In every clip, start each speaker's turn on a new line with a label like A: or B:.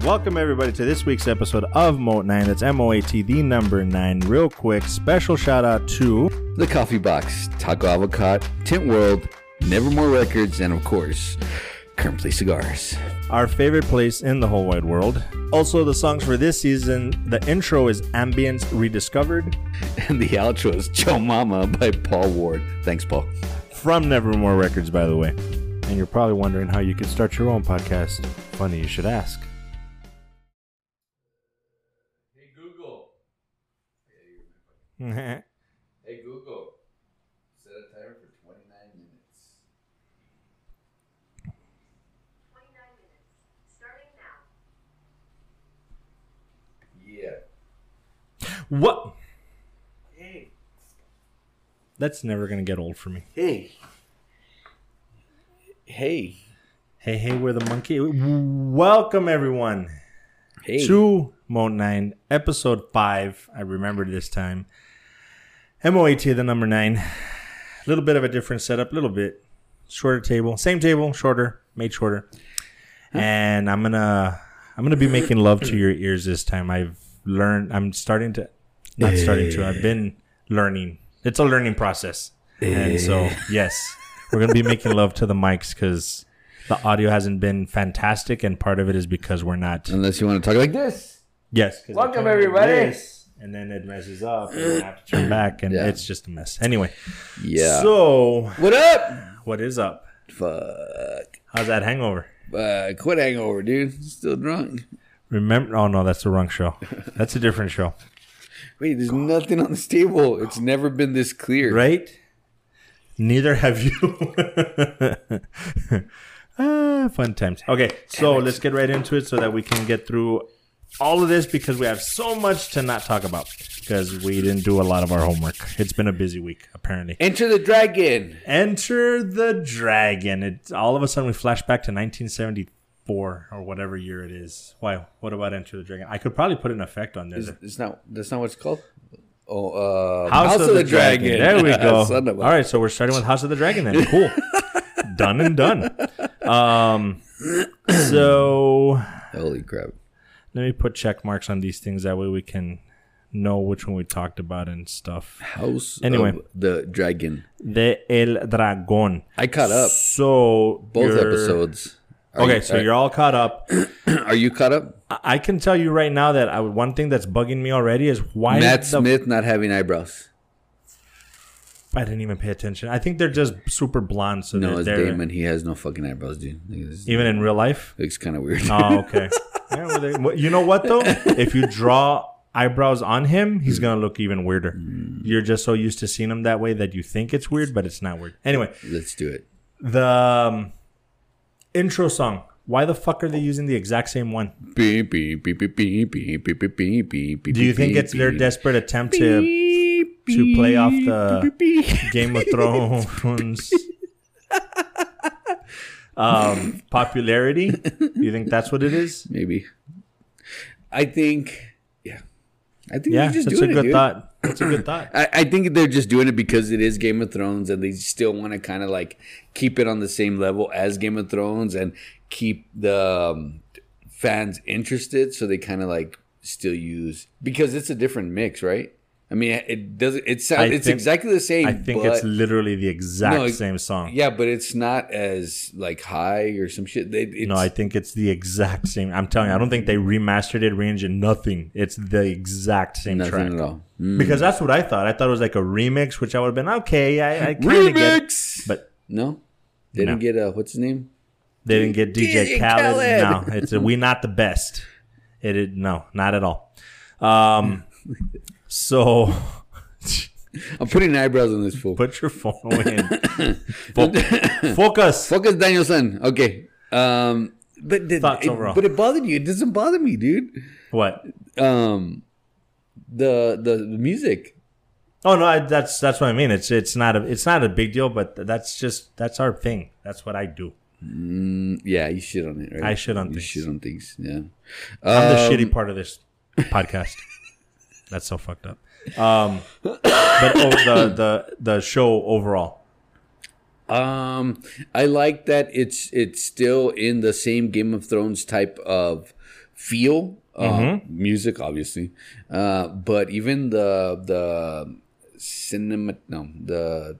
A: Welcome, everybody, to this week's episode of Moat 9. That's M O A T, the number 9. Real quick, special shout out to
B: The Coffee Box, Taco Avocado, Tint World, Nevermore Records, and of course, Currently Cigars.
A: our favorite place in the whole wide world. Also, the songs for this season the intro is Ambience Rediscovered
B: And the outro is Joe Mama by Paul Ward. Thanks, Paul.
A: from Nevermore Records, by the way. And you're probably wondering how you could start your own podcast. Funny you should ask.
C: Hey Google.
A: That's
C: Hey Google. Set a timer for 29 minutes.
D: Twenty-nine minutes, starting now.
C: Yeah.
A: What? That's never going to get old for me.
B: Hey. Hey.
A: Hey, hey, we're the monkey. Welcome, everyone.
B: Hey.
A: to Moat 9, episode 5. I remembered this time. MOAT, the number 9. A little bit of a different setup, a little bit. Shorter table. Same table, shorter, made shorter. And I'm going to I'm going to be making love to your ears this time. I've learned I'm starting to not starting to. I've been learning. It's a learning process. And so, yes, we're going to be making love to the mics cuz the audio hasn't been fantastic and part of it is because we're not
B: Unless you want to talk like this.
A: Yes.
C: Welcome, everybody.
A: and then it messes up, and you have to turn back, and
B: Yeah.
A: it's just a mess. Anyway,
B: Yeah.
A: so
B: what up?
A: what is up?
B: Fuck.
A: How's that hangover?
B: Uh, quit hangover, dude. Still drunk.
A: Remember? Oh no, that's the wrong show. That's a different show,
B: Wait, there's nothing on this table. It's never been this clear.
A: right? Neither have you. ah, fun times. Okay, so let's get right into it so that we can get through all of this because we have so much to not talk about because we didn't do a lot of our homework. It's been a busy week, apparently.
B: Enter the dragon.
A: Enter the Dragon. It all of a sudden we flash back to 1974 or whatever year it is. Why? What about Enter the Dragon? I could probably put an effect on this.
B: It's, it's not. That's not what it's called. Oh, uh,
A: House, of, the, Dragon. There we go.
B: Son of a-
A: all right, so we're starting with House of the Dragon then. Cool. done and done. Um, so
B: Holy crap!
A: let me put check marks on these things. That way we can know which one we talked about and stuff.
B: House.
A: Anyway.
B: of the dragon.
A: The El Dragon.
B: I caught up
A: So
B: both
A: you're-
B: episodes. Are
A: Okay,
B: you- uh,
A: so you're all caught up.
B: are you caught up?
A: I- I can tell you right now that I, one thing that's bugging me already is why
B: Matt
A: the-
B: Smith not having eyebrows.
A: I didn't even pay attention. I think they're just super blonde, so
B: No,
A: they're,
B: it's
A: they're-
B: Damon. He has no fucking eyebrows, dude. Like, this-
A: even in real life.
B: looks kind of weird.
A: Oh, okay. Yeah, well, they- well, you know what though? If you draw eyebrows on him, he's gonna look even weirder.
B: Mm.
A: You're just so used to seeing him that way that you think it's weird, but it's not weird. Anyway,
B: Let's do it.
A: the um, intro song. Why the fuck are they using the exact same one?
B: Beep, beep, beep, beep, beep, beep, beep, beep, beep, beep, beep,
A: Do you think
B: beep,
A: it's their
B: beep,
A: desperate attempt to
B: beep,
A: to play off
B: beep,
A: the-
B: beep, beep, beep.
A: Game of Thrones um, popularity. You think that's what it is?
B: Maybe. I think. Yeah. I think
A: Yeah,
B: they're just
A: that's a
B: doing it,
A: good
B: dude.
A: thought. That's a good thought.
B: I, I think they're just doing it because it is Game of Thrones, and they still want to kind of like keep it on the same level as Game of Thrones and keep the um, fans interested. So they kind of like still use because it's a different mix, right? I mean, it doesn't. It
A: I
B: sounds. It's
A: think-
B: exactly the same.
A: I think
B: but-
A: it's literally the exact
B: No, it-
A: same song.
B: yeah, but it's not as like high or some shit. They it's,
A: No, I think it's the exact same. I'm telling you, I don't think they remastered it, rearranged it, nothing. It's the exact same
B: nothing
A: track.
B: at all. Mm.
A: Because that's what I thought. I thought it was like a remix, which I would have been okay. I, I kind of get. it.
B: Remix,
A: But
B: no, they didn't
A: No.
B: get uh, what's his name?
A: They didn't get DJ
B: DJ
A: Khaled.
B: Khaled.
A: No, it's a, we not the best. It, it no, not at all. Um, so
B: I'm putting eyebrows on this fool.
A: put your phone away. and fo- focus.
B: Focus Danielson. Okay. Um, but the,
A: Thoughts
B: it,
A: overall.
B: but it bothered you. It doesn't bother me, dude.
A: What?
B: Um, the the, the music.
A: Oh no, I, that's that's what I mean. It's it's not a it's not a big deal, but that's just that's our thing. That's what I do.
B: Mm, Yeah, you shit on it, right?
A: I shit on
B: you
A: things.
B: shit on things. Yeah.
A: I'm the
B: Um,
A: shitty part of this podcast. that's so fucked up. Um, but oh, the the the show overall.
B: Um, I like that it's it's still in the same Game of Thrones type of feel. Uh,
A: Mm-hmm.
B: Music, obviously, uh, but even the the cinema no the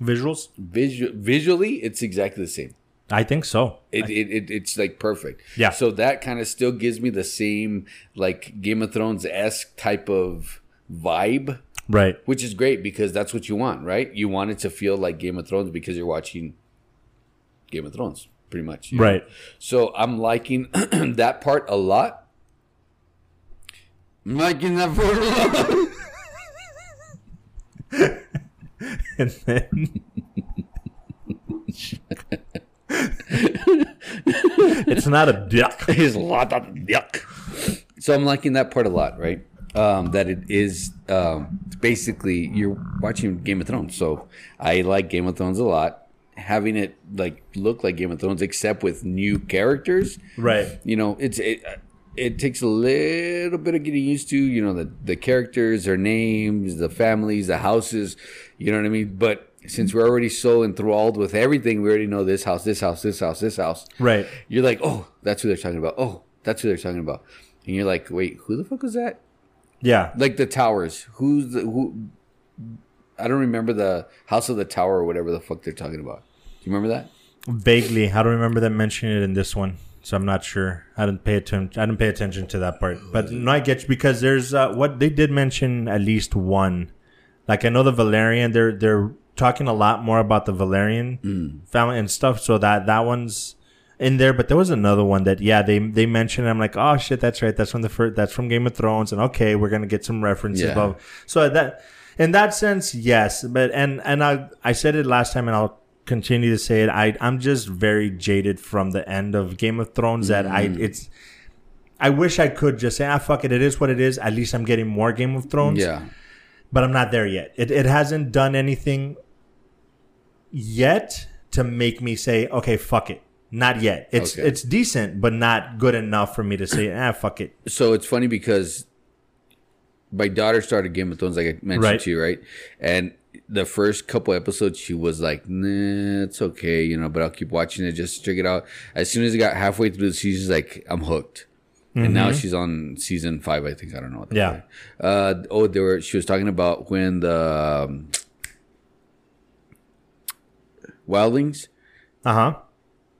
A: Visuals?
B: visual visually it's exactly the same.
A: I think so.
B: It, it, it it's like perfect.
A: Yeah.
B: So that kind of still gives me the same like Game of Thrones esque type of vibe,
A: Right.
B: which is great because that's what you want, right? You want it to feel like Game of Thrones because you're watching Game of Thrones, pretty much. you know?
A: Right.
B: So I'm liking that part a lot. I'm liking that part a lot.
A: And then it's not a duck.
B: is a lot of yuck. So I'm liking that part a lot, right? Um, that it is um, basically you're watching Game of Thrones. So I like Game of Thrones a lot. Having it like look like Game of Thrones, except with new characters,
A: Right.
B: you know, it's it. It takes a little bit of getting used to, you know, the the characters, their names, the families, the houses, you know what I mean. But since we're already so enthralled with everything, we already know this house, this house, this house, this house
A: Right.
B: you're like, oh, that's who they're talking about. Oh, that's who they're talking about. And you're like, wait, who the fuck was that?
A: Yeah.
B: Like the towers. Who's the who? I don't remember the House of the Tower or whatever the fuck they're talking about. Do you remember that?
A: Vaguely. I don't remember them mentioning it in this one. So I'm not sure. I didn't pay attention. I didn't pay attention to that part. But no, I get you because there's uh, what they did mention at least one. Like I know the Valerian. They're they're talking a lot more about the Valerian
B: Mm.
A: family and stuff. So that that one's in there. But there was another one that yeah they they mentioned. I'm like oh shit that's right. That's from the first. That's from Game of Thrones. And okay we're gonna get some references.
B: Yeah.
A: Blah, So that in that sense, yes. But and and I I said it last time, and I'll continue to say it. I I'm just very jaded from the end of Game of Thrones that I
B: Mm.
A: it's. I wish I could just say, ah, fuck it, it is what it is. At least I'm getting more Game of Thrones
B: Yeah.
A: but I'm not there yet. It, it hasn't done anything yet to make me say, okay, fuck it. Not yet. It's
B: Okay.
A: it's decent, but not good enough for me to say, ah, fuck it.
B: So it's funny because my daughter started Game of Thrones, like I mentioned
A: Right.
B: to you, right? And the first couple episodes, she was like, "Nah, it's okay, you know," but I'll keep watching it just to check it out. As soon as it got halfway through the season, she's like, "I'm hooked." And now she's on season five, I think. I don't know. What the
A: Mm-hmm. Yeah.
B: fuck. Uh, oh, there were. She was talking about when the um, wildlings
A: Uh huh.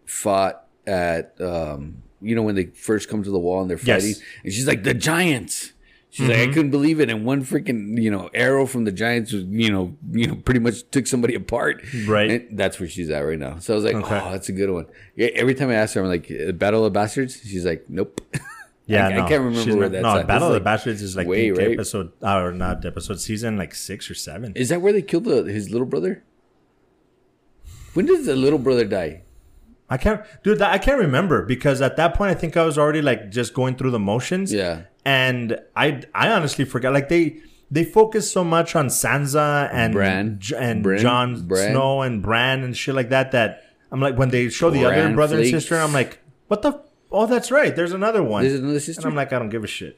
B: fought at um, you know when they first come to the wall and they're
A: Yes. Mm-hmm.
B: fighting, and she's like the giants. She's like, I couldn't believe it, and one freaking you know arrow from the giants was you know you know pretty much took somebody apart.
A: Right.
B: and that's where she's at right now. So I was like,
A: Okay.
B: oh, that's a good one. Yeah, every time I ask her, I'm like, Battle of Bastards. She's like, nope.
A: Yeah,
B: I- I
A: no,
B: can't remember
A: she's
B: where
A: not-
B: that's
A: No,
B: at.
A: Battle of the
B: This is like
A: Bastards is like
B: way,
A: the
B: right?
A: episode, uh, or not episode season, like six or seven.
B: Is that where they killed the, his little brother? When does the little brother die?
A: I can't, dude. That, I can't remember because at that point, I think I was already like just going through the motions.
B: Yeah.
A: and I, I honestly forgot. Like they, they focus so much on Sansa and
B: Bran.
A: J- and
B: Bran.
A: Jon
B: Bran.
A: Snow and Bran and shit like that. That I'm like when they show the other
B: Bran
A: brother and
B: flakes.
A: sister, I'm like, what the? Oh, that's right. There's another one.
B: There's another
A: and
B: sister.
A: I'm like, I don't give a shit.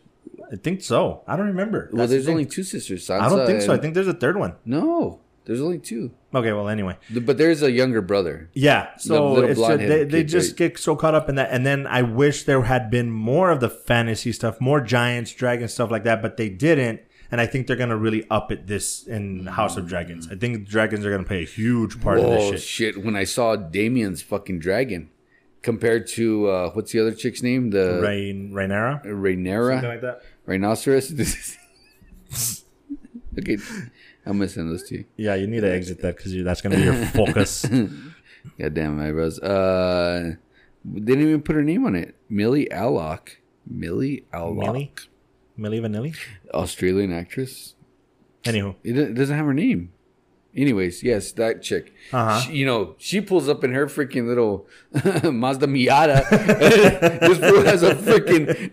A: I think so. I don't remember.
B: well,
A: That's the
B: there's
A: thing.
B: only two sisters. Sansa
A: I don't think so. I
B: and-
A: think there's a third one.
B: no. There's only two,
A: Okay. Well, anyway.
B: but there's a younger brother.
A: Yeah, so
B: little
A: it's just,
B: blonde-headed
A: they, they
B: kid,
A: just
B: right?
A: get so caught up in that, and then I wish there had been more of the fantasy stuff, more giants, dragons, stuff like that, but they didn't. And I think they're gonna really up it this in House of Dragons. I think dragons are gonna play a huge part of
B: Oh
A: this
B: shit.
A: shit.
B: When I saw Damien's fucking dragon compared to uh, what's the other chick's name? The
A: Rain, Rainera,
B: Rhaenyra,
A: something like that.
B: rhinoceros. okay, I'm gonna send those to you.
A: Yeah, you need to exit that because that's gonna be your focus.
B: God damn eyebrows. Uh, they didn't even put her name on it. Millie Alloc. Millie Alloc.
A: Millie, Millie Vanilli.
B: Australian actress.
A: Anywho,
B: It do- it doesn't have her name. Anyways, yes, that chick.
A: Uh-huh.
B: She- you know, she pulls up in her freaking little Mazda Miata. this fool has a freaking.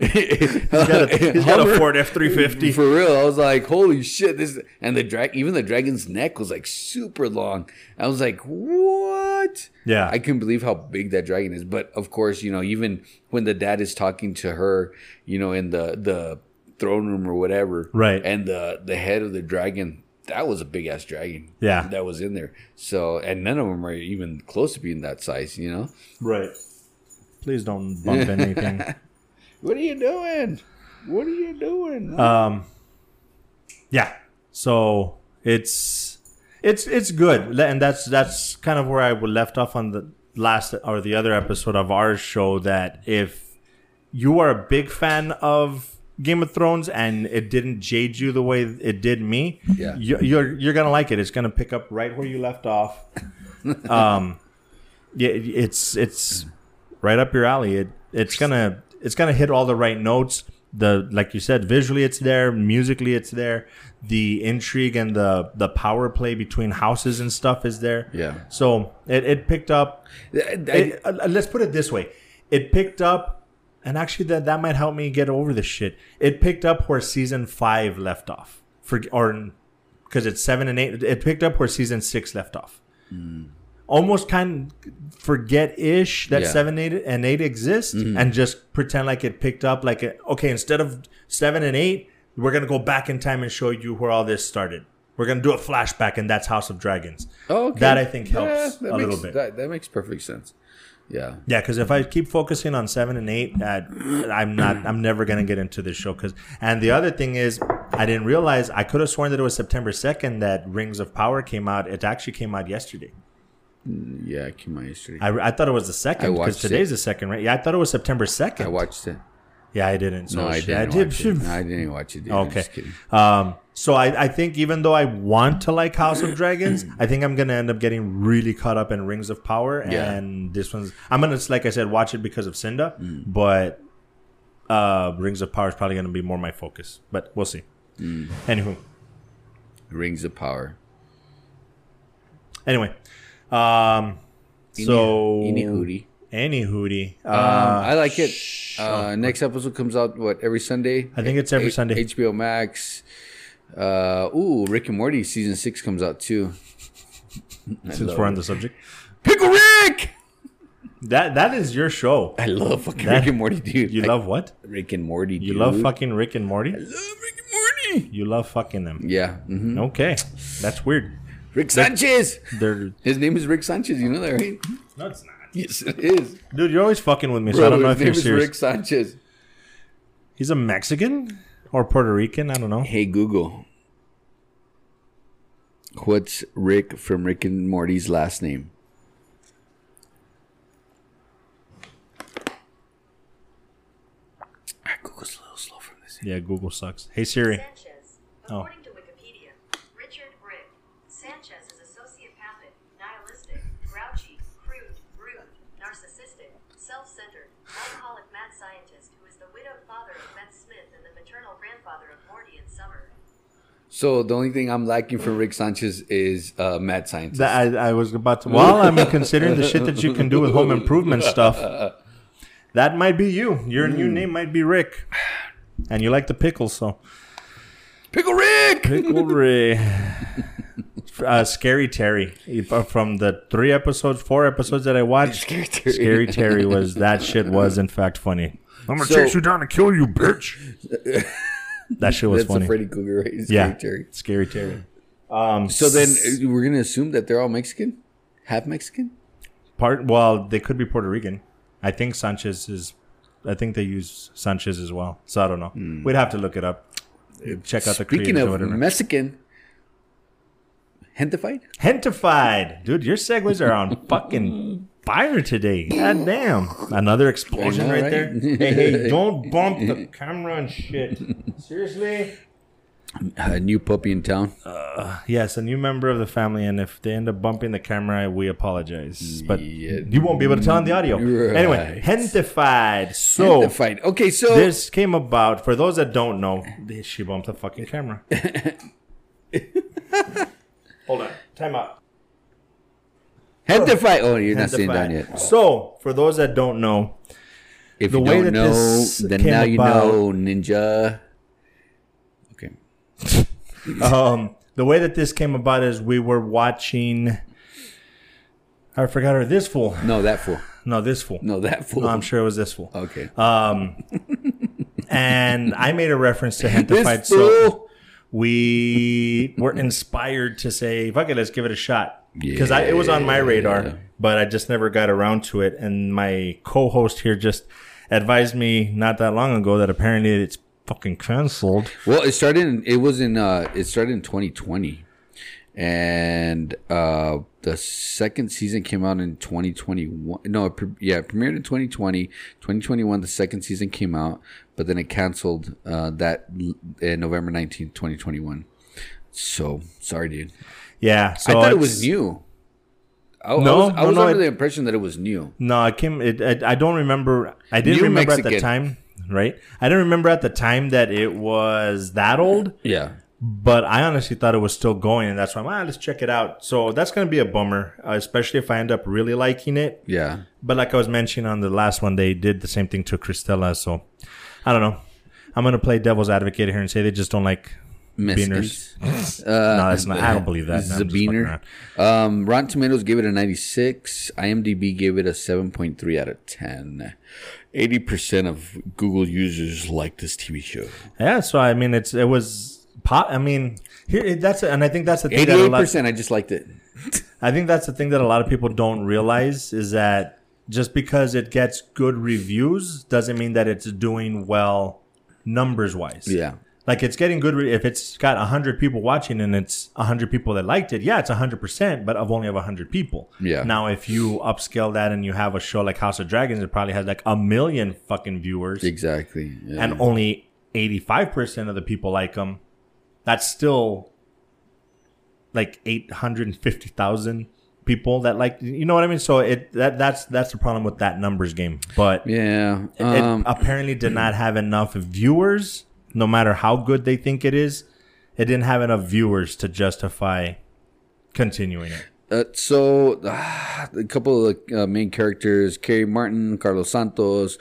A: he's got a, he's got a Ford F three fifty.
B: For real, I was like, "Holy shit!" This and the drag, even the dragon's neck was like super long. I was like, "What?"
A: Yeah.
B: I couldn't believe how big that dragon is. But of course, you know, even when the dad is talking to her, you know, in the the throne room or whatever,
A: Right.
B: And the the head of the dragon, that was a big ass dragon,
A: Yeah.
B: that was in there. So, and none of them are even close to being that size, you know.
A: Right. Please don't bump anything.
B: What are you doing? What are you doing?
A: Um, yeah. So it's it's it's good, and that's that's kind of where I would left off on the last or the other episode of our show. That if you are a big fan of Game of Thrones and it didn't jade you the way it did me,
B: Yeah.
A: you, you're you're gonna like it. It's gonna pick up right where you left off. um, yeah, it- it's it's right up your alley. It it's gonna it's gonna hit all the right notes. The like you said, visually it's there, musically it's there. The intrigue and the the power play between houses and stuff is there.
B: Yeah.
A: So it, it picked up.
B: I- I-
A: It, uh, let's put it this way: it picked up, and actually that that might help me get over this shit. It picked up where season five left off, for or because it's seven and eight. It picked up where season six left off. Almost kind of forget ish that
B: Hmm. Yeah. Mm-hmm.
A: seven, eight, and eight exist, and just pretend like it picked up. Like it, okay, instead of seven and eight, we're gonna go back in time and show you where all this started. We're gonna do a flashback, and that's House of Dragons.
B: oh, okay.
A: That I think
B: Yeah,
A: helps
B: that
A: a
B: makes-
A: little bit.
B: That, that makes perfect sense. Yeah.
A: Yeah, because if I keep focusing on seven and eight, I, I'm not. I'm never gonna get into this show. Because and the other thing is, I didn't realize I could have sworn that it was September second that Rings of Power came out. It actually came out yesterday.
B: Yeah, it came out yesterday. I,
A: I, I thought it was the
B: I
A: second because
B: watched it.
A: today's the second, right? Yeah, I thought it was September second.
B: watched it.
A: Yeah, I didn't. So
B: No, I
A: shit,
B: didn't.
A: did.
B: watch it. No, I didn't watch it. dude. I'm
A: Okay.
B: just kidding.
A: Um, so I, I think even though I want to like House of Dragons, I think I'm gonna end up getting really caught up in Rings of Power,
B: Yeah.
A: and this one's I'm gonna like I said watch it because of Cinda,
B: Mm.
A: but uh, Rings of Power is probably gonna be more my focus, but we'll see.
B: Mm.
A: Anywho,
B: Rings of Power.
A: anyway, um, so
B: Any hootie.
A: any hootie, uh, oh,
B: Um, I like it. Uh, next episode comes out what every Sunday.
A: I think it's every Sunday.
B: HBO Max. Uh, ooh, Rick and Morty season six comes out too. I
A: since
B: love
A: we're on the subject,
B: Pickle Rick.
A: that that is your show.
B: I love fucking
A: That-
B: Rick and Morty, dude.
A: You
B: I-
A: love what?
B: Rick and Morty.
A: You
B: dude.
A: love fucking Rick and Morty.
B: I love Rick and Morty.
A: You love fucking them.
B: Yeah. hmm
A: Okay, that's weird.
B: Rick Sanchez.
A: They're
B: His name is Rick Sanchez. You know that, right?
A: no, it's not.
B: Yes, it is.
A: Dude, you're always fucking with me, so I don't know
B: his
A: if you're
B: name
A: serious.
B: is Rick Sanchez.
A: He's a Mexican or Puerto Rican. I don't know.
B: Hey Google. What's Rick from Rick and Morty's last name? Ah, Google's a little slow from this.
A: Yeah, Google sucks. Hey Siri.
D: Sanchez.
A: Oh.
D: According to Wikipedia, Richard Brick, Sanchez is a sociopathic, nihilistic, grouchy, crude, rude, narcissistic, self-centered, alcoholic mad scientist who is the widowed father of Beth Smith and the maternal grandfather of Morty and Summer.
B: So the only thing I'm lacking from Rick Sanchez is uh, mad scientist.
A: That I, I was about to. Well, I mean, considering the shit that you can do with home improvement stuff, that might be you. Your new name might be Rick, and you like the pickles, so
B: Pickle Rick.
A: pickle Rick. Uh, Scary Terry uh, from the three episodes, four episodes that I watched.
B: Scary Terry.
A: Scary Terry was that shit was in fact funny.
E: I'm gonna
B: So-
E: chase you down and kill you, bitch.
A: That shit was
B: That's
A: funny.
B: a Freddy Cougar, right? It's
A: yeah,
B: Terry.
A: Scary Terry. Um,
B: So then uh, we're gonna assume that they're all Mexican, half Mexican.
A: part well they could be puerto rican i think sanchez is i think they use sanchez as well so i don't know we'd have to look it up check out the
B: Hmm. Speaking
A: creators or
B: of
A: whatever
B: Mexican, hentified.
A: hentified dude your segues are on fucking fire today god damn another explosion
B: I know,
A: right,
B: right?
A: there hey hey don't bump the camera and shit seriously
B: A new puppy in town.
A: yes a new member of the family and if they end up bumping the camera we apologize but
B: Yeah.
A: you won't be able to tell on the audio anyway
B: Right.
A: hentified so
B: the fight. Okay, so
A: this came about for those that don't know. She bumped the fucking camera. Hold on, time out.
B: head the fight. Oh, you're not sitting down
A: Identify.
B: yet.
A: So, for those that don't know,
B: If
A: The
B: you
A: way
B: don't
A: that
B: know,
A: this
B: then
A: came
B: now you
A: about-
B: know, Ninja. Okay.
A: um, the way that this came about is we were watching. I forgot her. This fool.
B: No, that fool.
A: No, this fool.
B: No, that fool. Uh,
A: No, I'm sure it was this fool.
B: Okay.
A: And I made a reference to him to fight.
B: this
A: So
B: fool.
A: we were inspired to say, "Fuck it, let's give it a shot." Because I it was on my
B: Yeah.
A: radar, but I just never got around to it. And my co-host here just advised me not that long ago that apparently it's fucking canceled.
B: Well, it started. In, it was in. Uh, it started in 2020, and uh, the second season came out in 2021. No, it, pre- yeah, it premiered in 2020. 2021, the second season came out, but then it canceled uh, that l- uh, November 19th, 2021. So sorry, dude.
A: Yeah, so
B: I thought it
A: it's-
B: was new. I, I
A: No,
B: was, I
A: no,
B: was
A: no,
B: under
A: it-
B: the impression that it was new.
A: No, I came. It, I, I don't remember. I didn't
B: New
A: remember at the
B: Mexican.
A: time, right? I didn't remember at the time that it was that old.
B: Yeah.
A: But I honestly thought it was still going, and that's why I'm ah, let's check it out. So that's gonna be a bummer, uh, especially if I end up really liking it.
B: Yeah.
A: But like I was mentioning on the last one, they did the same thing to Cristela. So I don't know. I'm gonna play devil's advocate here and say they just don't like.
B: Mexicans.
A: no, that's not. I
B: Uh,
A: don't believe that. I'm just fucking
B: Zabiner.
A: around.
B: Um, Rotten Tomatoes gave it a 96. IMDb gave it a 7.3 out of 10. 80% of Google users like this TV show.
A: Yeah. So I mean, it's it was. Pop, I mean, here that's and I think that's the thing that a lot.
B: 88%, I just liked it.
A: I think that's the thing that a lot of people don't realize is that just because it gets good reviews doesn't mean that it's doing well numbers wise.
B: Yeah.
A: Like it's getting good re- if it's got 100 people watching and it's 100 people that liked it. Yeah, it's 100%, but of only of 100 people.
B: Yeah.
A: Now if you upscale that and you have a show like House of Dragons it probably has like a million fucking viewers
B: Exactly. Yeah.
A: and only 85% of the people like them. That's still like 850,000 people that like you know what I mean? So it that that's that's the problem with that numbers game. But
B: yeah.
A: it
B: Um,
A: apparently did not have enough viewers no matter how good they think it is. It didn't have enough viewers to justify continuing it.
B: Uh, so ah, a couple of the uh, main characters: Kerry Martin, Carlos Santos,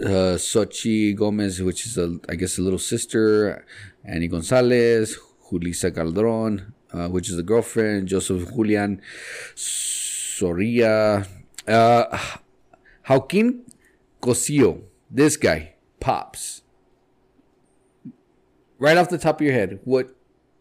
B: uh, Sochi Gomez, which is a, I guess a little sister, Annie Gonzalez, Julissa Calderon, uh, which is the girlfriend, Joseph Julian Soria, uh, Joaquin Cosillo. This guy pops. Right off the top of your head, what?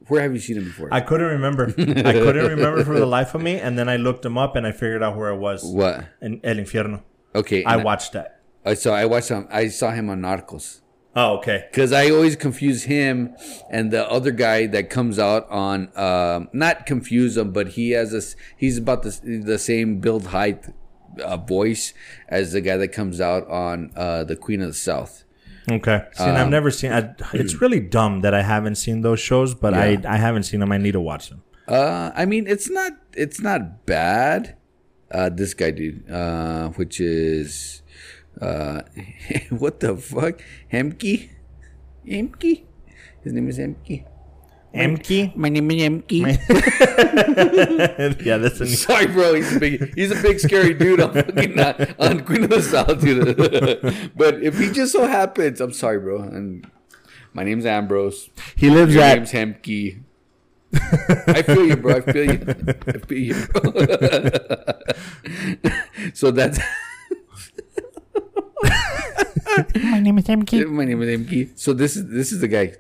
B: Where have you seen him before?
A: I couldn't remember. I couldn't remember for the life of me and then I looked them up and I figured out where it was.
B: what?
A: In El Infierno.
B: Okay,
A: I
B: and-
A: watched that.
B: Uh, so I watched him. I saw him on Narcos
A: Oh, okay.
B: because I always confuse him and the other guy that comes out on. Um, not confuse him, but he has a. s- He's about the s- the same build height, uh, voice as the guy that comes out on uh, the Queen of the South.
A: Okay. See, and I've
B: Um,
A: never seen. I, it's really dumb that I haven't seen those shows, but
B: Yeah.
A: I, I haven't seen them. I need to watch them.
B: Uh, I mean, it's not it's not bad. Uh, this guy, dude, uh, which is uh, what the fuck, Hemke, Hemke. His name is Hemke.
A: Emki.
B: My name is Emke.
A: yeah, that's a
B: Sorry, bro. He's a big, he's a big scary dude on fucking uh, on Queen of the South, dude. but if he just so happens, I'm sorry, bro. And my name's Ambrose.
A: He lives
B: Your name's Hemke. I feel you, bro. I feel you. I feel you, bro. so that's
E: My name is MK.
B: my name is Hemke. So this is this is the guy.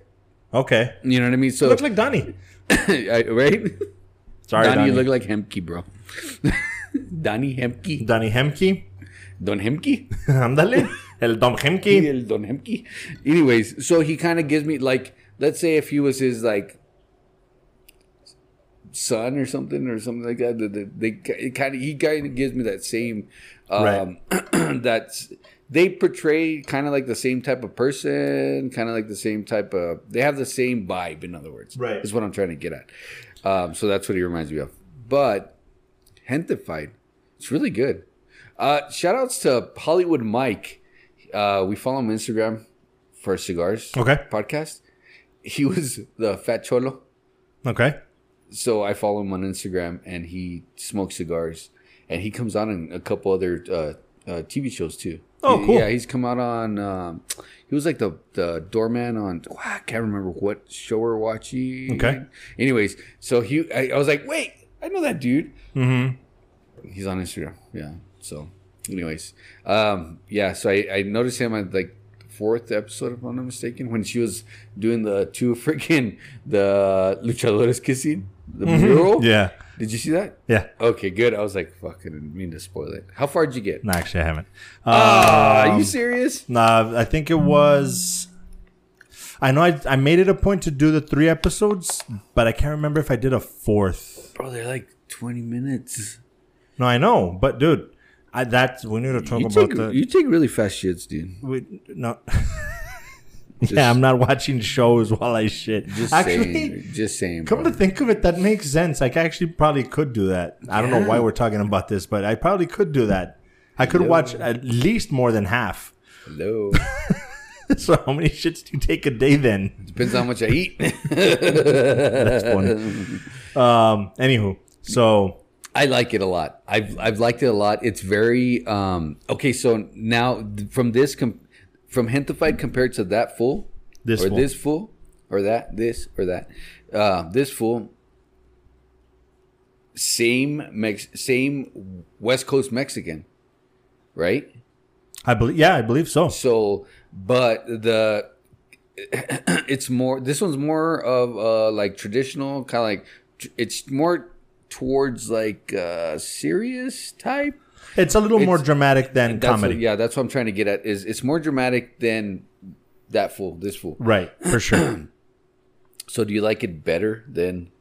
A: Okay.
B: You know what I mean? So
A: Looks like Donnie.
B: I- right,
A: Sorry,
B: Donnie,
A: Donnie.
B: you look like Hemke, bro. Donnie Hemke,
A: Donnie Hemke.
B: Don Hemke.
A: Andale. El Dom
B: Y
A: Hemke.
B: el Don Hemke. Anyways, so he kind of gives me like, let's say if he was his like son or something or something like that. They, they, kind of he kind of gives me that same um, that's they portray kind of like the same type of person, kind of like the same type of they have the same vibe. In other words,
A: Right.
B: is what I'm trying to get at. Um, so that's what he reminds me of. But Hentified, it's really good. Uh, shout outs to Hollywood Mike. Uh, we follow him on Instagram for cigars
A: Okay.
B: podcast. He was the fat cholo
A: Okay.
B: so I follow him on Instagram, and he smokes cigars, and he comes on in a couple other uh, uh, TV shows too.
A: Oh,
B: He-
A: cool.
B: Yeah, he's come out on. Um, he was like the the doorman on. wow, I can't remember what show we're watching.
A: Okay.
B: Anyways, so he, I, I was like, wait, I know that dude.
A: Mm-hmm.
B: He's on Instagram. Yeah. So, anyways, um, yeah. So I, I noticed him at like the fourth episode, if I'm not mistaken, when she was doing the two freaking the luchadores kissing the mural.
A: Mm-hmm. Yeah.
B: Did you see that?
A: Yeah.
B: Okay, good. I was like, fucking mean to spoil it. How far did you get?
A: No, actually, I haven't. Um,
B: Ah, are you serious?
A: Nah, I think it was. I know I, I made it a point to do the three episodes, but I can't remember if I did a fourth.
B: Bro, they're like 20 minutes.
A: No, I know, but dude, I, that's we need to talk
B: You
A: about
B: take,
A: the.
B: you take really fast shits, dude.
A: we, no. yeah, I'm not watching shows while I shit.
B: Just
A: actually,
B: saying. Just saying.
A: come
B: bro.
A: to think of it, that makes sense. Like, I actually probably could do that. I don't know why we're talking about this, but I probably could do that. I could watch at least more than half.
B: Hello.
A: So, how many shits do you take a day then?
B: Depends how much I eat.
A: Um. Anywho, so
B: I like it a lot. I've I've liked it a lot. It's very um okay. So now th- from this com- from Hentified compared to that fool
A: This
B: or
A: fool.
B: this fool or that this or that uh, this fool same Mex- same West Coast Mexican, right?
A: I believe. Yeah, I believe so.
B: So, but the it's more. This one's more of uh like traditional kind of like tr- it's more towards like uh serious type.
A: It's a little more
B: It's-
A: dramatic than
B: That's
A: comedy.
B: What, yeah, that's what I'm trying to get at. Is it's more dramatic than that fool, this fool.
A: Right. For sure.
B: So, do you like it better than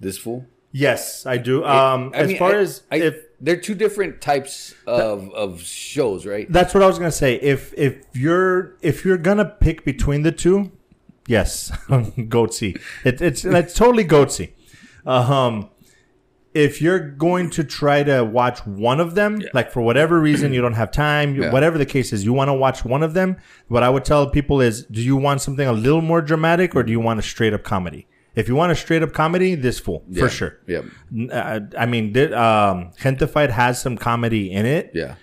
B: this fool?
A: yes, I do. Um.
B: I
A: as
B: mean,
A: far
B: I-
A: as
B: I-
A: if
B: they're two different types of of shows, right?
A: that's what I was gonna say. If if you're if you're gonna pick between the two, yes, goatsy. It, it's that's totally goatsy. Um. If you're going to try to watch one of them, like for whatever reason you don't have time, you-
B: Yeah.
A: whatever the case is, you want to watch one of them. What I would tell people is, do you want something a little more dramatic or do you want a straight up comedy? If you want a straight up comedy, this fool
B: Yeah.
A: for sure.
B: Yeah.
A: N- uh, I mean, did, um, Gentified has some comedy in it,
B: Yeah.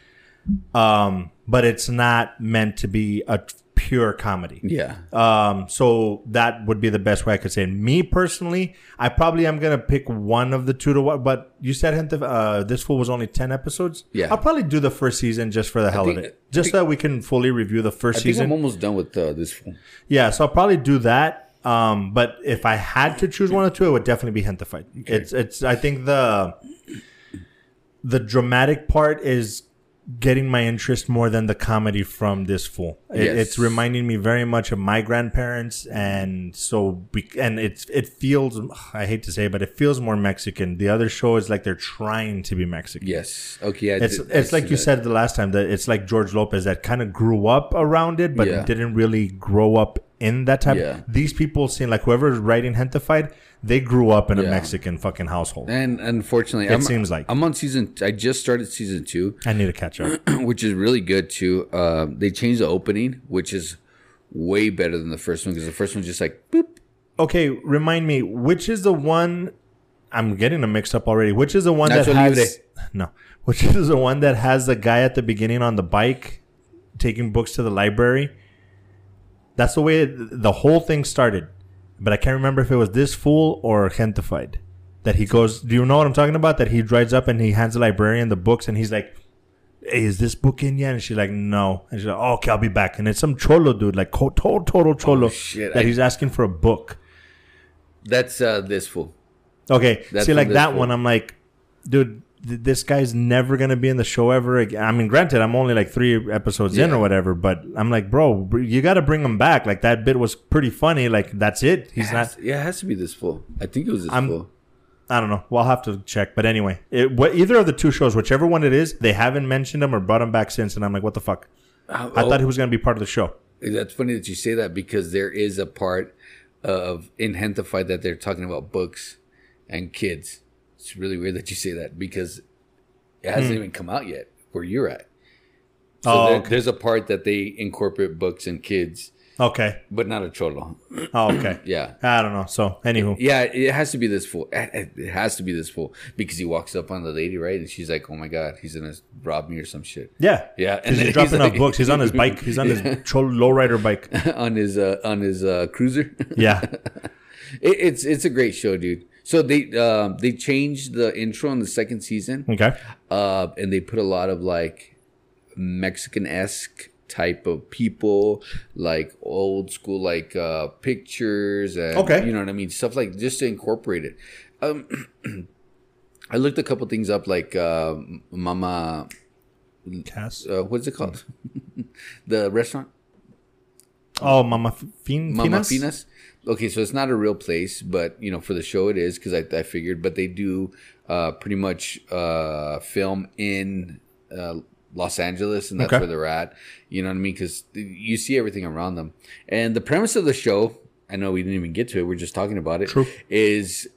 A: um, but it's not meant to be a t- pure comedy.
B: Yeah.
A: Um, so that would be the best way I could say. it. Me personally, I probably am gonna pick one of the two to what. But you said Gentif- uh, this fool was only ten episodes.
B: Yeah.
A: I'll probably do the first season just for the hell
B: think-
A: of it, just so that we can fully review the first
B: I think
A: season.
B: I'm almost done with uh, this fool.
A: Yeah, so I'll probably do that. Um, but if I had to choose one or two, it would definitely be Hentified. It's it's I think the the dramatic part is getting my interest more than the comedy from this fool. It,
B: Yes.
A: It's reminding me very much of my grandparents, and so be, and it's it feels I hate to say, it, but it feels more Mexican. The other show is like they're trying to be Mexican.
B: Yes. Okay. I
A: It's
B: did- I
A: it's
B: see
A: like you
B: that.
A: said the last time that it's like George Lopez that kind of grew up around it, but
B: Yeah.
A: didn't really grow up in that type.
B: Yeah.
A: These people seem like whoever's writing Hentified, they grew up in a
B: Yeah.
A: Mexican fucking household.
B: And unfortunately, it I'm,
A: seems like.
B: I'm on season. I just started season two,
A: I need to catch up.
B: which is really good too. Uh, they changed the opening, which is way better than the first one because the first one's just like boop.
A: okay, remind me which is the one. I'm getting a mix up already. Which is the one that
B: Nacho
A: has no? Which is the one that has the guy at the beginning on the bike taking books to the library? That's the way it, the whole thing started, but I can't remember if it was this fool or Gentified that he goes. Do you know what I'm talking about? That he drives up and he hands the librarian the books, and he's like. Hey, is this book in yet? And she's like, no. And she's like, okay, I'll be back. And it's some cholo dude, like co- total, total cholo,
B: Oh, shit,
A: that
B: I-
A: he's asking for a book.
B: That's uh, this fool.
A: Okay,
B: That's
A: see,
B: from
A: like
B: this
A: that
B: one.
A: one, I'm like, dude, th- this guy's never gonna be in the show ever again. I mean, granted, I'm only like three episodes in
B: Yeah.
A: or whatever, but I'm like, bro, br- you got to bring him back. Like that bit was pretty funny. Like that's it. He's
B: It
A: not.
B: has- yeah, it has to be this fool. I think it was this
A: I'm-
B: fool.
A: I don't know. We'll I'll have to check. But anyway, it, what either of the two shows, whichever one it is, they haven't mentioned him or brought him back since. And I'm like, what the fuck? I
B: oh.
A: thought he was gonna be part of the show.
B: That's funny that you say that because there is a part of in Hentified that they're talking about books and kids. It's really weird that you say that because it hasn't even come out yet where you're at. So
A: Hmm. Oh,
B: there-
A: okay.
B: there's a part that they incorporate books and kids,
A: Okay.
B: but not a cholo.
A: Oh, okay.
B: Yeah.
A: I don't know. So anywho,
B: Yeah, it has to be this fool. It it has to be this fool because he walks up on the lady, right? And she's like, "Oh my god, he's gonna rob me or some shit."
A: yeah,
B: Yeah,
A: Because
B: and then
A: he's
B: he's
A: dropping off
B: like-
A: books. He's on his bike. He's on his cholo lowrider bike.
B: on his uh, on his uh, cruiser.
A: Yeah.
B: It, it's it's a great show, dude. So they um, they changed the intro in the second season,
A: Okay.
B: uh, and they put a lot of like Mexican esque type of people, like old school like uh, pictures and
A: Okay.
B: you know what I mean, stuff like just to incorporate it. Um, I looked a couple things up, like uh, Mama.
A: Cass.
B: Uh, what's it called? the restaurant.
A: Oh, Mama F- Fin-
B: Mama
A: Finas?
B: Pinas. Okay, so it's not a real place, but you know, for the show it is because I, I figured. But they do uh, pretty much uh, film in uh, Los Angeles, and that's
A: Okay.
B: where they're at. You know what I mean? Because you see everything around them. And the premise of the show, I know we didn't even get to it. We're just talking about it.
A: True.
B: Is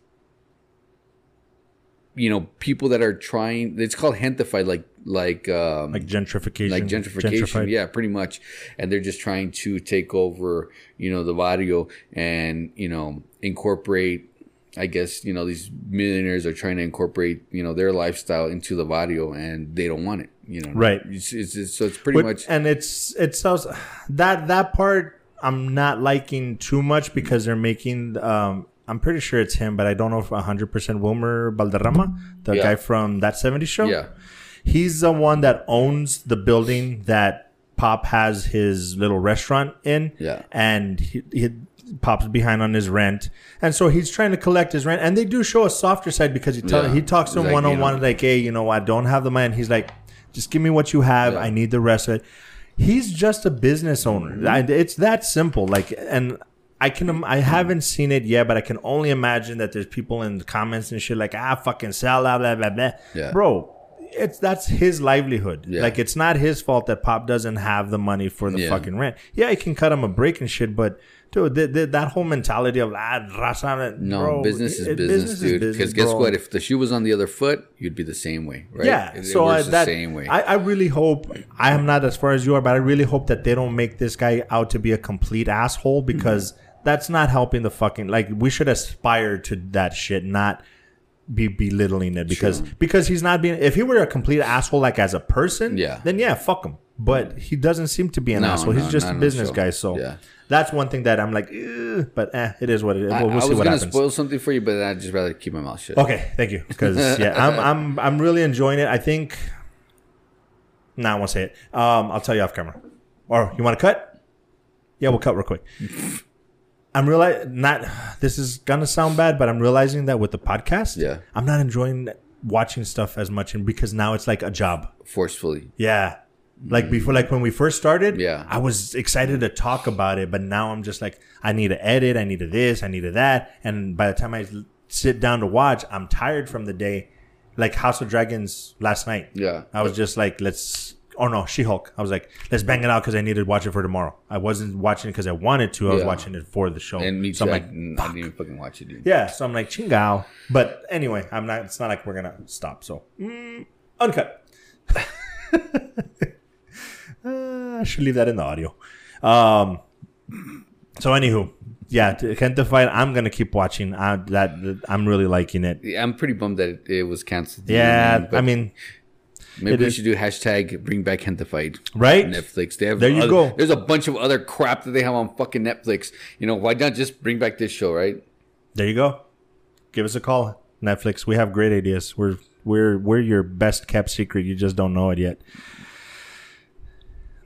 B: you know people that are trying. It's called hentified, like like um,
A: Like gentrification.
B: like gentrification,
A: Gentrified.
B: yeah, pretty much. And they're just trying to take over, you know, the barrio and you know incorporate. I guess you know these millionaires are trying to incorporate you know their lifestyle into the barrio, and they don't want it. You know,
A: Right.
B: It's, it's, it's- so it's pretty
A: But-
B: much
A: and it's it's also, that that part i'm not liking too much because they're making um i'm pretty sure it's him but i don't know if 100% wilmer balderrama the
B: Yeah.
A: guy from that 70s show
B: yeah,
A: he's the one that owns the building that pop has his little restaurant in
B: Yeah.
A: and he, he pops behind on his rent and so he's trying to collect his rent and they do show a softer side because he, tell,
B: Yeah.
A: he talks to
B: He's
A: him
B: like, you
A: one-on-one
B: know.
A: like hey you know i don't have the money and he's like just give me what you have
B: Yeah.
A: i need the rest of it he's just a business
B: Mm-hmm.
A: owner and it's that simple like and I can im- I haven't seen it yet, but I can only imagine that there's people in the comments and shit like ah fucking sell blah blah blah blah.
B: Yeah.
A: Bro, it's that's his livelihood.
B: Yeah.
A: Like it's not his fault that Pop doesn't have the money for the
B: Yeah.
A: fucking rent. Yeah, he can cut him a break and shit, but dude, th- th- that whole mentality of ah, raza,
B: no
A: bro,
B: business is
A: it-
B: business, dude. Because
A: business,
B: guess
A: bro.
B: what? If the shoe was on the other foot, you'd be the same way, right?
A: Yeah,
B: It- it
A: so I,
B: works
A: that
B: the same way.
A: I, I really hope I am not as far as you are, but I really hope that they don't make this guy out to be a complete asshole because
B: Mm-hmm.
A: that's not helping the fucking like we should aspire to that shit, not be belittling it because because he's not being if he were a complete asshole like as a person,
B: Yeah.
A: then yeah, fuck him. But he doesn't seem to be an
B: No,
A: asshole. He's
B: no,
A: just
B: not
A: a
B: on the
A: business
B: show.
A: guy. So
B: Yeah.
A: that's one thing that I'm like, "Ew," but eh, it is what it is.
B: I,
A: We'll, we'll
B: I
A: see
B: was
A: what
B: gonna
A: happens.
B: spoil something for you, but I'd just rather keep my mouth shut.
A: Okay, thank you. Because yeah, I'm I'm I'm really enjoying it. I think. Nah, I won't say it. Um, I'll tell you off camera. Or you want to cut? Yeah, we'll cut real quick. I'm realize not. This is gonna sound bad, but I'm realizing that with the podcast,
B: Yeah.
A: I'm not enjoying watching stuff as much, and because now it's like a job.
B: Forcefully,
A: Yeah. Like before, like when we first started,
B: Yeah.
A: I was excited to talk about it, but now I'm just like, I need to edit, I need to this, I need to that, and by the time I l- sit down to watch, I'm tired from the day. Like House of Dragons last night,
B: Yeah.
A: I was just like, let's. Oh no, She Hulk. I was like, let's bang it out because I needed to watch it for tomorrow. I wasn't watching it because I wanted to. I was
B: Yeah.
A: watching it for the show.
B: and me too.
A: So I'm
B: I, I
A: like,
B: didn't even fucking watch it, dude.
A: yeah, so I'm like chingao. But anyway, I'm not. It's not like we're gonna stop. So mm, uncut. Uh, I should leave that in the audio. Um. So anywho, yeah, to Gente Fight. I'm gonna keep watching. I, that, that- I'm really liking it.
B: Yeah, I'm pretty bummed that it, it was canceled. You know what
A: Yeah,
B: Mm, But
A: I mean,
B: maybe
A: it
B: we
A: is-
B: should do hashtag Bring Back Hentified.
A: Right?
B: Netflix. They have
A: There you
B: other-
A: go.
B: There's a bunch of other crap that they have on fucking Netflix. You know why not just bring back this show, right?
A: there you go. Give us a call, Netflix. We have great ideas. We're we're we're your best kept secret. You just don't know it yet.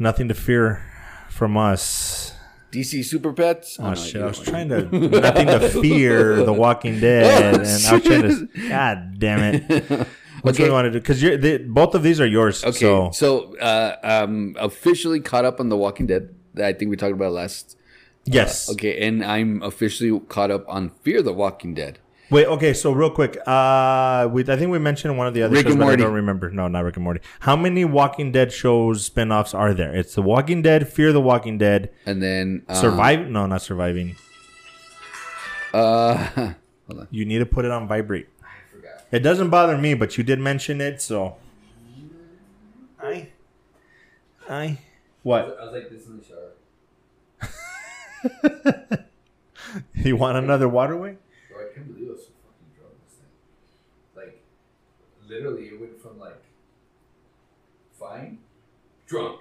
A: Nothing to fear from us.
B: DC Super Pets.
A: Oh,
B: no,
A: shit!
B: you
A: I
B: don't
A: was
B: want
A: trying to nothing to fear The Walking Dead, and I was trying to. God damn it! Which one do
B: Okay.
A: you want to do? Because you're the, both of these are yours.
B: Okay, so,
A: So,
B: uh, um, officially caught up on The Walking Dead. That I think we talked about last.
A: yes. okay.
B: Okay, and I'm officially caught up on Fear the Walking Dead.
A: Wait. Okay. So real quick, uh, we I think we mentioned one of the other
B: Rick
A: shows,
B: and
A: but I
B: Morty.
A: don't remember. No, not Rick and Morty. How many Walking Dead shows spin-offs are there? It's The Walking Dead, Fear the Walking Dead,
B: And then um,
A: Survive. no, not surviving.
B: Uh,
A: You need to put it on vibrate. It doesn't bother me, but you did mention it, so. I. I. What?
C: I was like this in the shower.
A: You want another waterway?
C: Bro, I can't believe I was so fucking drunk this thing. Like, literally, it went from like fine, drunk.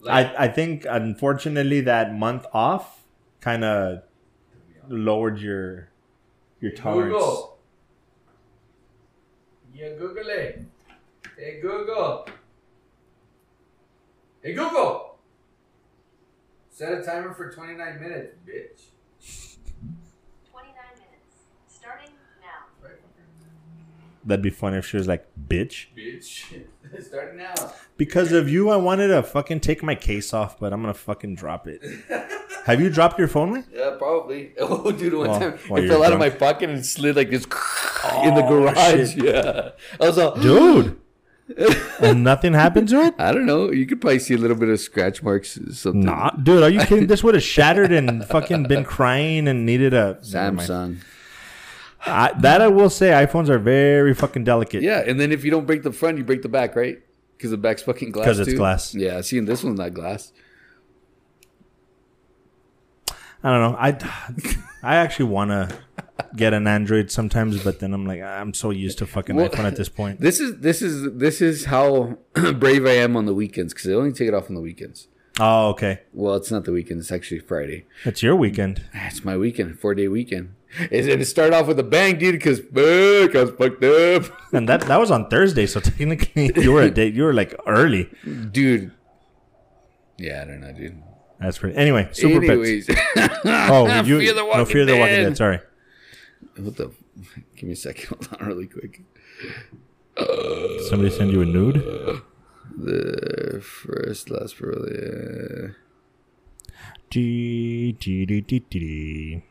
C: Like,
A: I, I think unfortunately that month off kind of lowered your your tolerance.
C: Google. Yeah, Google it. Hey Google. Hey Google. Set a timer for 29 minutes, bitch.
D: 29 minutes. Starting now.
C: Right. fucker?
A: That'd be funny if she was like, bitch.
C: bitch. Starting now.
A: Because of you, I wanted to fucking take my case off, but I'm gonna fucking drop it. Have you dropped your phone? Lee?
B: Yeah, probably. Oh, dude, one
A: Well,
B: time it fell
A: while you were
B: out of my
A: drunk. Oh,
B: pocket and slid like this in the garage. Yeah, I was all,
A: Dude! and nothing happened to it?
B: I don't know. You could probably see a little bit of scratch marks. Something.
A: Not, dude. Are you kidding? This would have shattered and fucking been crying and needed a Never mind.
B: Samsung.
A: I, that I will say, iPhones are very fucking delicate.
B: Yeah, and then if you don't break the front, you break the back, right? Because the back's fucking glass.
A: 'Cause it's
B: too.
A: glass.
B: Yeah, see, and this one's not glass.
A: I don't know. I, I actually want to get an Android sometimes, but then I'm like, I'm so used to fucking
B: Well-
A: iPhone at this point.
B: This is this is this is how brave I am on the weekends because I only take it off on the weekends.
A: Oh, okay.
B: Well, it's not the weekend; it's actually Friday. Ah,
A: It's your weekend.
B: It's my weekend, four day weekend. It's- And it started off with a bang, dude, because fuck, I was fucked up,
A: And that that was on Thursday, so technically you were a date. You were like early.
B: dude. Yeah, I don't know, dude.
A: That's pretty. Anyway, super pets.
B: Anyways,
A: Oh, you
B: Fear the
A: no
B: Walking
A: fear the walking
B: Dead.
A: dead. Sorry.
B: what the? Give me a second, hold on, really quick.
A: Somebody send you a nude.
B: The first, last, really. Uh,
A: Dee, dee, dee, dee, dee, dee.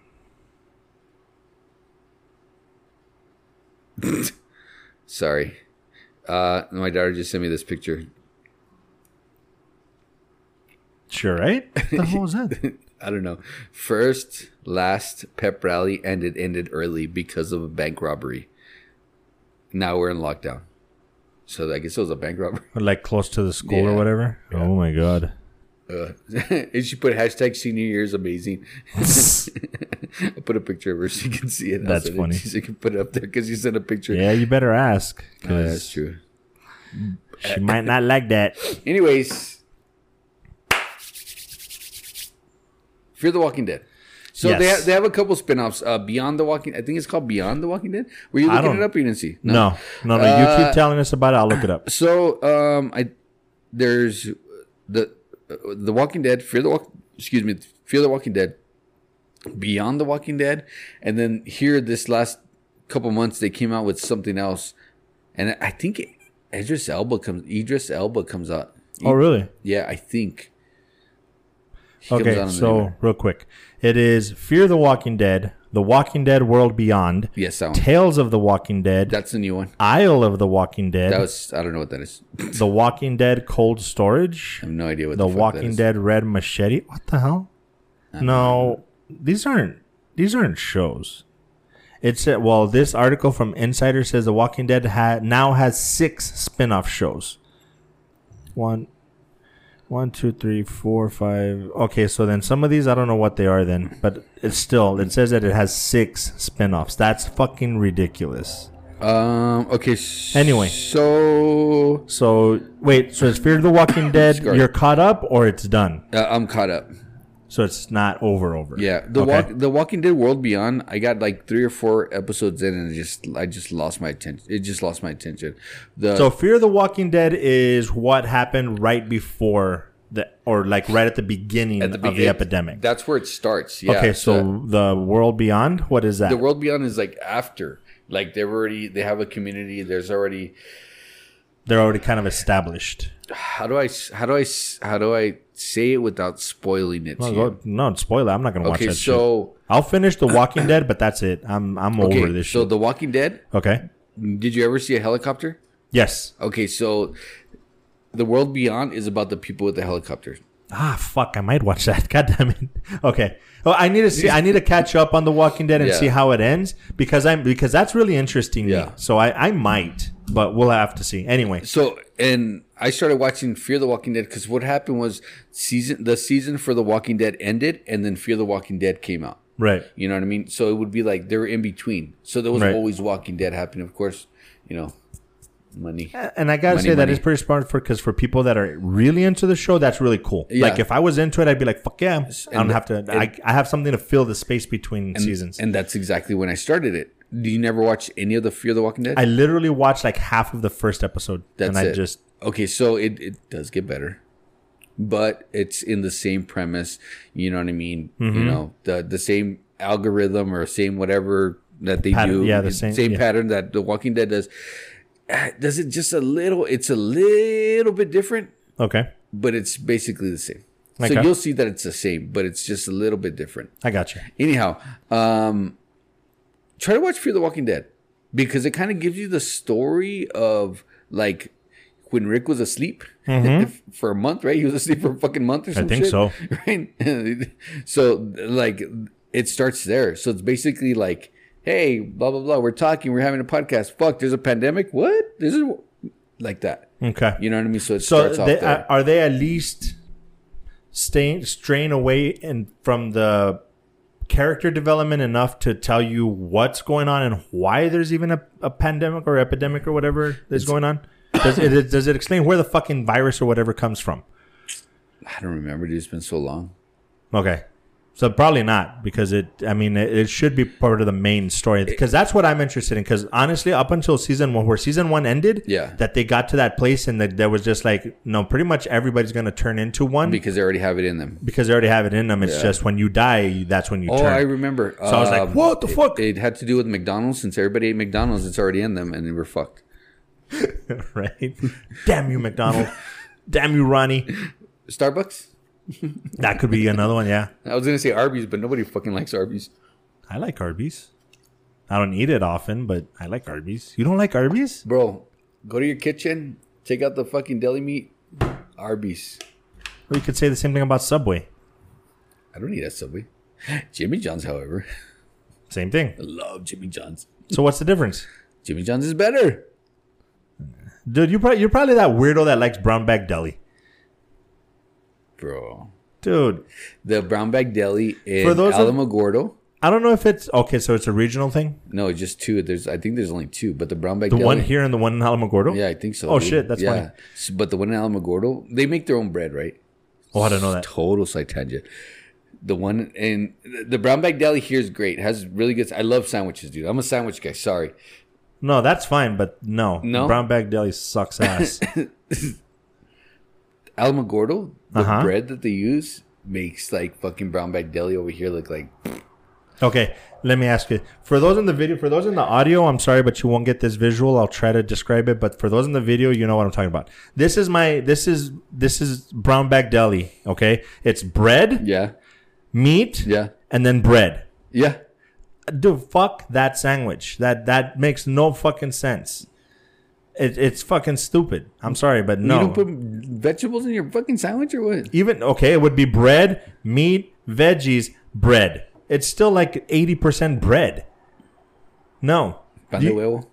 B: Sorry. Uh, my daughter just sent me this picture.
A: Sure, right? What the hell was that?
B: I don't know. First, last pep rally, and it ended early because of a bank robbery. Now we're in lockdown. So I guess it was a bank robbery.
A: Like close to the school or
B: Yeah.
A: whatever. Oh my god.
B: Uh, and she put hashtag senior year's amazing. I put a picture of her so you can see it. I'll
A: That's
B: send
A: funny.
B: It. to you So you can put it up there because you sent a picture.
A: Yeah, you better ask
B: Uh, that's
A: because
B: true.
A: she might not like that.
B: Anyways, Fear the Walking Dead. So they
A: Yes.
B: have, they have a couple spin-offs. Uh, Beyond the Walking, I think it's called Beyond the Walking Dead. Were you
A: I
B: looking
A: don't-
B: it up? or You didn't see?
A: No, no, no. you
B: Uh,
A: keep telling us about it. I'll look it up.
B: So um, I there's the uh, the Walking Dead, Fear the Walk, excuse me, Fear the Walking Dead, Beyond the Walking Dead, and then here this last couple months they came out with something else, and I think Idris Elba comes. Idris Elba comes out.
A: Oh, really?
B: Yeah, I think. He comes out
A: Okay,
B: on the
A: so
B: neighbor.
A: real quick, it is Fear the Walking Dead, The Walking Dead World Beyond,
B: yes, that one.
A: Tales of the Walking Dead,
B: That's the new one.
A: Isle of the Walking Dead,
B: That was I don't know what that is. I
A: The Walking Dead Cold Storage,
B: have no idea what
A: The
B: fuck that
A: Walking
B: is.
A: Dead Red Machete. What the hell? No, these aren't these aren't shows. It said, well, this article from Insider says The Walking Dead ha- now has six spin off shows. One, one, two, three, four, five. Okay, so then some of these, I don't know what they are then, but it's still, it says that it has six spin offs. That's fucking ridiculous.
B: Um. Okay. s-
A: Anyway.
B: So
A: So, wait, so it's Fear the Walking Dead,
B: Scar-
A: you're caught up, or it's done?
B: uh, I'm caught up.
A: So it's not over, over.
B: Yeah, the
A: Okay.
B: walk, the Walking Dead World Beyond. I got like three or four episodes in, and it just I just lost my attention. It just lost my attention. The
A: So Fear the Walking Dead is what happened right before the or like right at the beginning
B: at
A: of the
B: begin-
A: epidemic.
B: That's where it starts. Yeah.
A: okay,
B: the,
A: so the world beyond, what is that?
B: the World Beyond is like after. Like they've already they have a community. There's already
A: They're already kind of established.
B: how do I s- how do I s- how do I say it without spoiling it?
A: No,
B: to
A: go,
B: you?
A: Oh, no spoiler. I'm not gonna watch
B: Okay,
A: that shit.
B: so
A: I'll finish The Walking Dead, but that's it. I'm I'm over
B: okay,
A: this
B: so
A: shit.
B: The Walking Dead.
A: okay.
B: Did you ever see a helicopter?
A: Yes.
B: Okay, so the World Beyond is about the people with the helicopter.
A: Ah, fuck! I might watch that. God damn it. Okay. Oh, I need to see. I need to catch up on The Walking Dead and
B: Yeah.
A: see how it ends because I'm because that's really interesting. to me.
B: Yeah.
A: So I I might, but we'll have to see. Anyway.
B: So, and I started watching Fear the Walking Dead because what happened was season the season for the Walking Dead ended, and then Fear the Walking Dead came out.
A: Right.
B: You know what I mean? So it would be like they were in between. So there was
A: Right.
B: always Walking Dead happening, of course. You know, money.
A: And I gotta
B: Money,
A: say that
B: money.
A: is pretty smart for because for people that are really into the show, that's really cool.
B: Yeah.
A: Like if I was into it, I'd be like, "Fuck yeah!" I don't
B: the-
A: have to. I, I have something to fill the space between seasons.
B: And that's exactly when I started it. Do you never watch any of the Fear the Walking Dead?
A: I literally watched like half of the first episode,
B: that's
A: and I
B: it.
A: just
B: okay. So it it does get better. But it's in the same
A: Mm-hmm.
B: premise, you know what I mean? You know the the same algorithm or same whatever that they
A: Pattern,
B: do.
A: yeah, the
B: It's
A: same- yeah.
B: pattern that The Walking Dead does. Ah, Does it just a little? It's a little bit different,
A: Okay.
B: but it's basically the same. So
A: Okay.
B: you'll see that it's the same, but it's just a little bit different.
A: I got you.
B: Anyhow, um, try to watch Fear the Walking Dead because it kind of gives you the story of like when Rick was asleep for a month, right? He was asleep for a fucking month or something.
A: Mm-hmm. think so.
B: Right? so like it starts there. So it's basically like, hey, blah blah blah. We're talking. We're having a podcast. Fuck. There's a pandemic. What? This is like that.
A: Okay.
B: You know what I mean? So it
A: so
B: starts off
A: they,
B: there.
A: are are they at least staying straying away and from the character development enough to tell you what's going on and why there's even a, a pandemic or epidemic or whatever that's going on? Does it does it explain where the fucking virus or whatever comes from?
B: I don't remember. Dude, it's been so long.
A: Okay. So probably not because it. I mean, it, it should be part of the main story because that's what I'm interested in. Because honestly, up until season one, where season one ended,
B: Yeah.
A: that they got to that place and that there was just like, no, pretty much everybody's going to turn into one
B: Because they already have it in them.
A: because they already have it in them. It's
B: Yeah.
A: just when you die, that's when you
B: Oh,
A: turn.
B: I remember. So
A: I was like, "What the fuck?"
B: It had to do with McDonald's. Since everybody ate McDonald's, it's already in them, and they were fucked.
A: right? Damn you, McDonald. Damn you, Ronnie.
B: Starbucks.
A: That could be another one. Yeah,
B: I was gonna say Arby's, but nobody fucking likes Arby's.
A: I like Arby's. I don't eat it often, but I like Arby's. You don't like Arby's?
B: Bro, go to your kitchen, take out the fucking deli meat. Arby's.
A: Or you could say the same thing about Subway.
B: I don't eat at Subway. Jimmy John's, however,
A: Same thing.
B: I love Jimmy John's.
A: So what's the difference?
B: Jimmy John's is better.
A: Dude, you probably, you're probably that weirdo that likes brown bag deli.
B: Bro,
A: Dude,
B: the brown bag deli in
A: For those of-
B: Alamogordo.
A: I don't know if it's okay. So it's a regional thing.
B: no, just two. There's, I think there's only two, but the brown bag
A: The
B: deli.
A: one here and the one in Alamogordo.
B: Yeah, I think so.
A: Oh,
B: dude.
A: shit, that's
B: yeah.
A: funny.
B: S- But the one in Alamogordo, they make their own bread, right?
A: Oh, I don't know that.
B: Total side tangent. The one in the brown bag deli here is great. Has really good. I love sandwiches, dude. I'm a sandwich guy. Sorry.
A: No, that's fine, but no,
B: No?
A: brown bag deli sucks ass.
B: Alamogordo, the
A: Uh-huh.
B: bread that they use makes like fucking brown bag deli over here look like
A: okay, let me ask you. For those in the video, for those in the audio, I'm sorry, but you won't get this visual. I'll try to describe it, but for those in the video, you know what I'm talking about. This is my. This is this is brown bag deli. Okay, it's bread,
B: yeah,
A: meat,
B: yeah,
A: and then bread.
B: yeah.
A: dude, fuck that sandwich. That that makes no fucking sense. It, it's fucking stupid. I'm sorry, but no.
B: You don't put vegetables in your fucking sandwich or what?
A: Even okay, it would be bread, meat, veggies, bread. It's still like eighty percent bread. No,
B: Pan
A: You-
B: de huevo.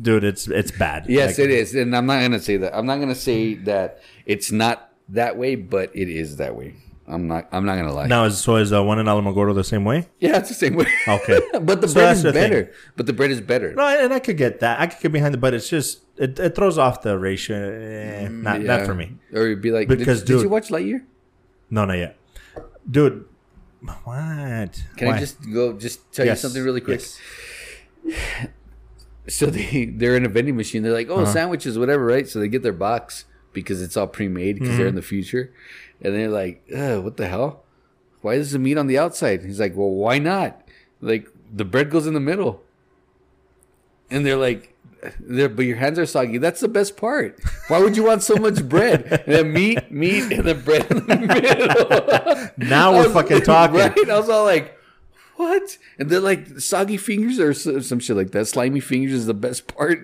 A: dude, it's it's bad.
B: Yes,
A: Like,
B: it is, and I'm not gonna say that. I'm not gonna say that it's not that way, but it is that way. I'm not. I'm not gonna lie.
A: Now, is, so is the one in Alamogordo the same way?
B: Yeah, it's the same way.
A: Okay.
B: but the
A: So
B: bread
A: that's
B: is
A: the thing.
B: better. But the bread is better.
A: No, and I could get that. I could get behind it, but it's just it, it throws off the ratio. Eh, not not
B: Mm, Yeah.
A: for me.
B: Or it'd be like,
A: Because,
B: did, did you
A: dude-
B: watch Lightyear?
A: No, not yet, dude. What?
B: Can I
A: Why?
B: just go? Just tell
A: Yes,
B: you something really quick.
A: yes.
B: So they they're in a vending machine. They're like, oh,
A: Uh-huh.
B: sandwiches, whatever, right? So they get their box because it's all pre-made because
A: Mm-hmm.
B: they're in the future, and they're like, Ugh, what the hell? Why is the meat on the outside? He's like, well, why not? Like the bread goes in the middle, and they're like. They're, but your hands are soggy. That's the best part. Why would you want so much bread? And then meat, meat, and then bread in the middle.
A: Now
B: I
A: we're
B: was-
A: fucking talking.
B: Right? I was all like, what? And they're like, soggy fingers or so- some shit like that. Slimy fingers is the best part.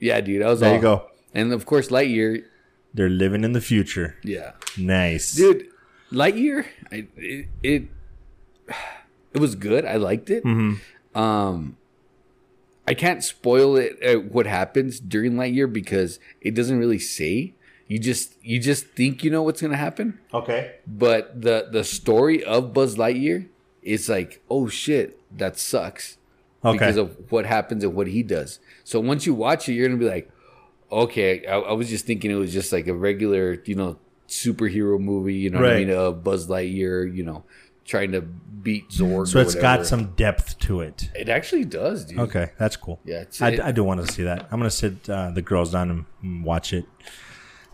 B: Yeah, dude. I was
A: There you
B: all-
A: go.
B: And of course, Lightyear.
A: They're living in the future.
B: Yeah.
A: Nice,
B: Dude, Lightyear, I, it, it it was good. I liked it.
A: Mm-hmm.
B: Um, I can't spoil it uh, what happens during Lightyear because it doesn't really say. You just you just think you know what's gonna happen.
A: Okay.
B: but the the story of Buzz Lightyear is like, oh shit, that sucks
A: Okay.
B: because of what happens and what he does. So once you watch it, you're gonna be like, okay, I, I was just thinking it was just like a regular, you know, superhero movie, you know what I
A: Right.
B: mean? Uh, Buzz Lightyear, you know, trying to beat Zorg.
A: so
B: or
A: it's got
B: whatever.
A: some depth to it.
B: It actually does, dude.
A: Okay, that's cool.
B: Yeah, it's-
A: I,
B: it-
A: I do want to see that. I'm gonna sit uh, the girls down and- and watch it.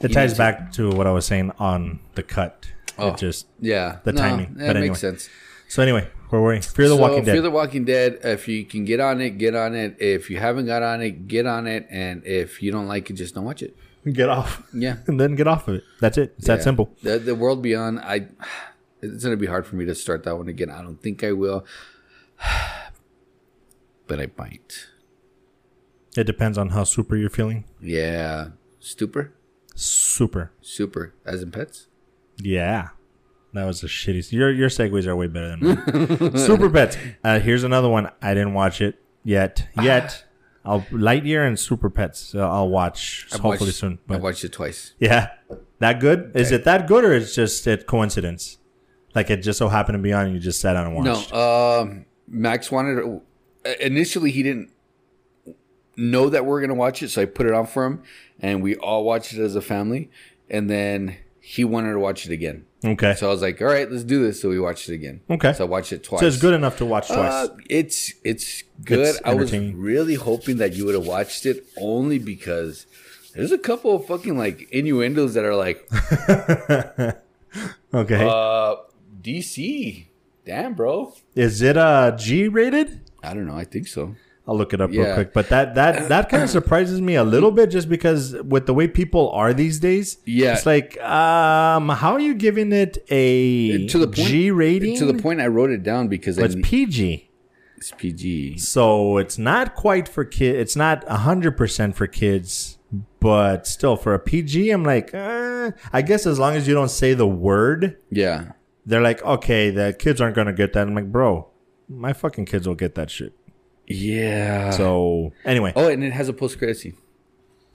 A: It
B: You
A: ties
B: need to-
A: back to what I was saying on the cut.
B: Oh.
A: It just
B: Yeah.
A: The timing,
B: That
A: but anyway.
B: makes sense.
A: so anyway. Where were we? Fear the
B: So,
A: Walking Dead.
B: Fear the Walking Dead. If you can get on it, get on it. If you haven't got on it, get on it. And if you don't like it, just don't watch it.
A: get off.
B: Yeah.
A: and then get off of it. That's it. It's that
B: Yeah.
A: simple.
B: The, the world beyond, I it's gonna be hard for me to start that one again. I don't think I will, but I might.
A: It depends on how super you're feeling.
B: Yeah, stupor,
A: Super.
B: super, as in pets.
A: Yeah. That was a shitty. Your your segues are way better than mine. Super Pets. Uh, here's another one. I didn't watch it yet.
B: Ah.
A: Yet. I'll Lightyear and Super Pets. So I'll watch hopefully
B: watched,
A: soon.
B: I
A: But
B: watched it twice.
A: yeah, that good? Is it that good or it's just a coincidence? Like it just so happened to be on and you just sat down and watched.
B: No, um, Max wanted. uh, Initially, he didn't know that we are gonna watch it, so I put it on for him, and we all watched it as a family. And then he wanted to watch it again,
A: Okay.
B: so I was like, "All right, let's do this." So we watched it again.
A: Okay.
B: so I watched it twice.
A: So it's good enough to watch twice.
B: Uh, it's it's good.
A: It's
B: I was
A: entertaining.
B: really hoping that you would have watched it only because there's a couple of fucking like innuendos that are like
A: okay.
B: uh DC. Damn, bro.
A: Is it uh G rated?
B: I don't know. I think so.
A: I'll look it up real
B: Yeah.
A: quick. But that that that kind of surprises me a little bit, just because with the way people are these days,
B: Yeah.
A: it's like, um, how are you giving it a
B: To the point,
A: G rating?
B: To the point, I wrote it down because
A: But it's
B: I kn-
A: PG,
B: it's PG.
A: so it's not quite for kid. It's not hundred percent for kids, but still for a PG, I'm like, uh, I guess as long as you don't say the word,
B: Yeah,
A: they're like, okay, the kids aren't gonna get that. I'm like, bro, my fucking kids will get that shit.
B: yeah.
A: So anyway,
B: oh, and it has a post credit scene.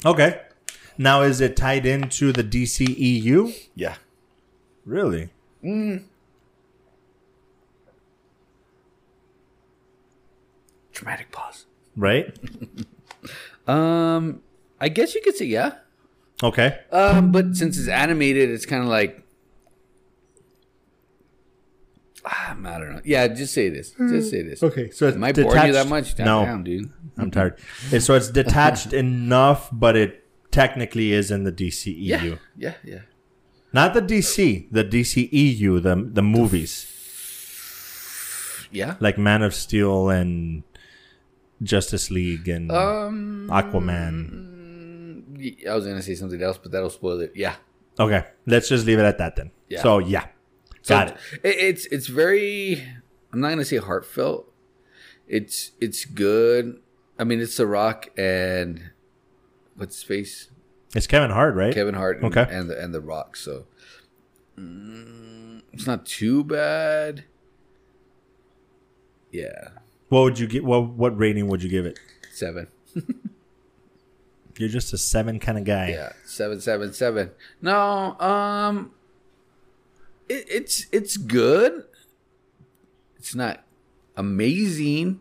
A: Okay. Now is it tied into the E DCEU?
B: Yeah.
A: Really?
B: Dramatic pause.
A: Right?
B: Um, I guess you could say yeah.
A: Okay.
B: Um, but since it's animated, it's kind of like um, I don't know. Yeah, just say this. Just say this.
A: Okay, so it's
B: Am I boring you that
A: detached-
B: much?
A: No.
B: Damn, dude.
A: I'm tired. And so it's detached enough, but it technically is in the DCEU.
B: Yeah, yeah, yeah.
A: Not the DC, the DCEU, the the movies.
B: Yeah.
A: Like Man of Steel and Justice League and
B: Um,
A: Aquaman.
B: y- I was gonna say something else, but that'll spoil it. Yeah.
A: Okay. Let's just leave it at that then.
B: Yeah.
A: So yeah.
B: So
A: Got it.
B: it- It's it's very. I'm not gonna say heartfelt. It's it's good. I mean, it's The Rock and what's his face,
A: It's Kevin Hart, right?
B: Kevin Hart, and,
A: Okay.
B: and the and the Rock. So mm, it's not too bad. Yeah,
A: What would you get what what rating would you give it?
B: seven.
A: You're just a seven kind of guy.
B: Yeah, seven, seven, seven. No, um, it, it's it's good. It's not amazing,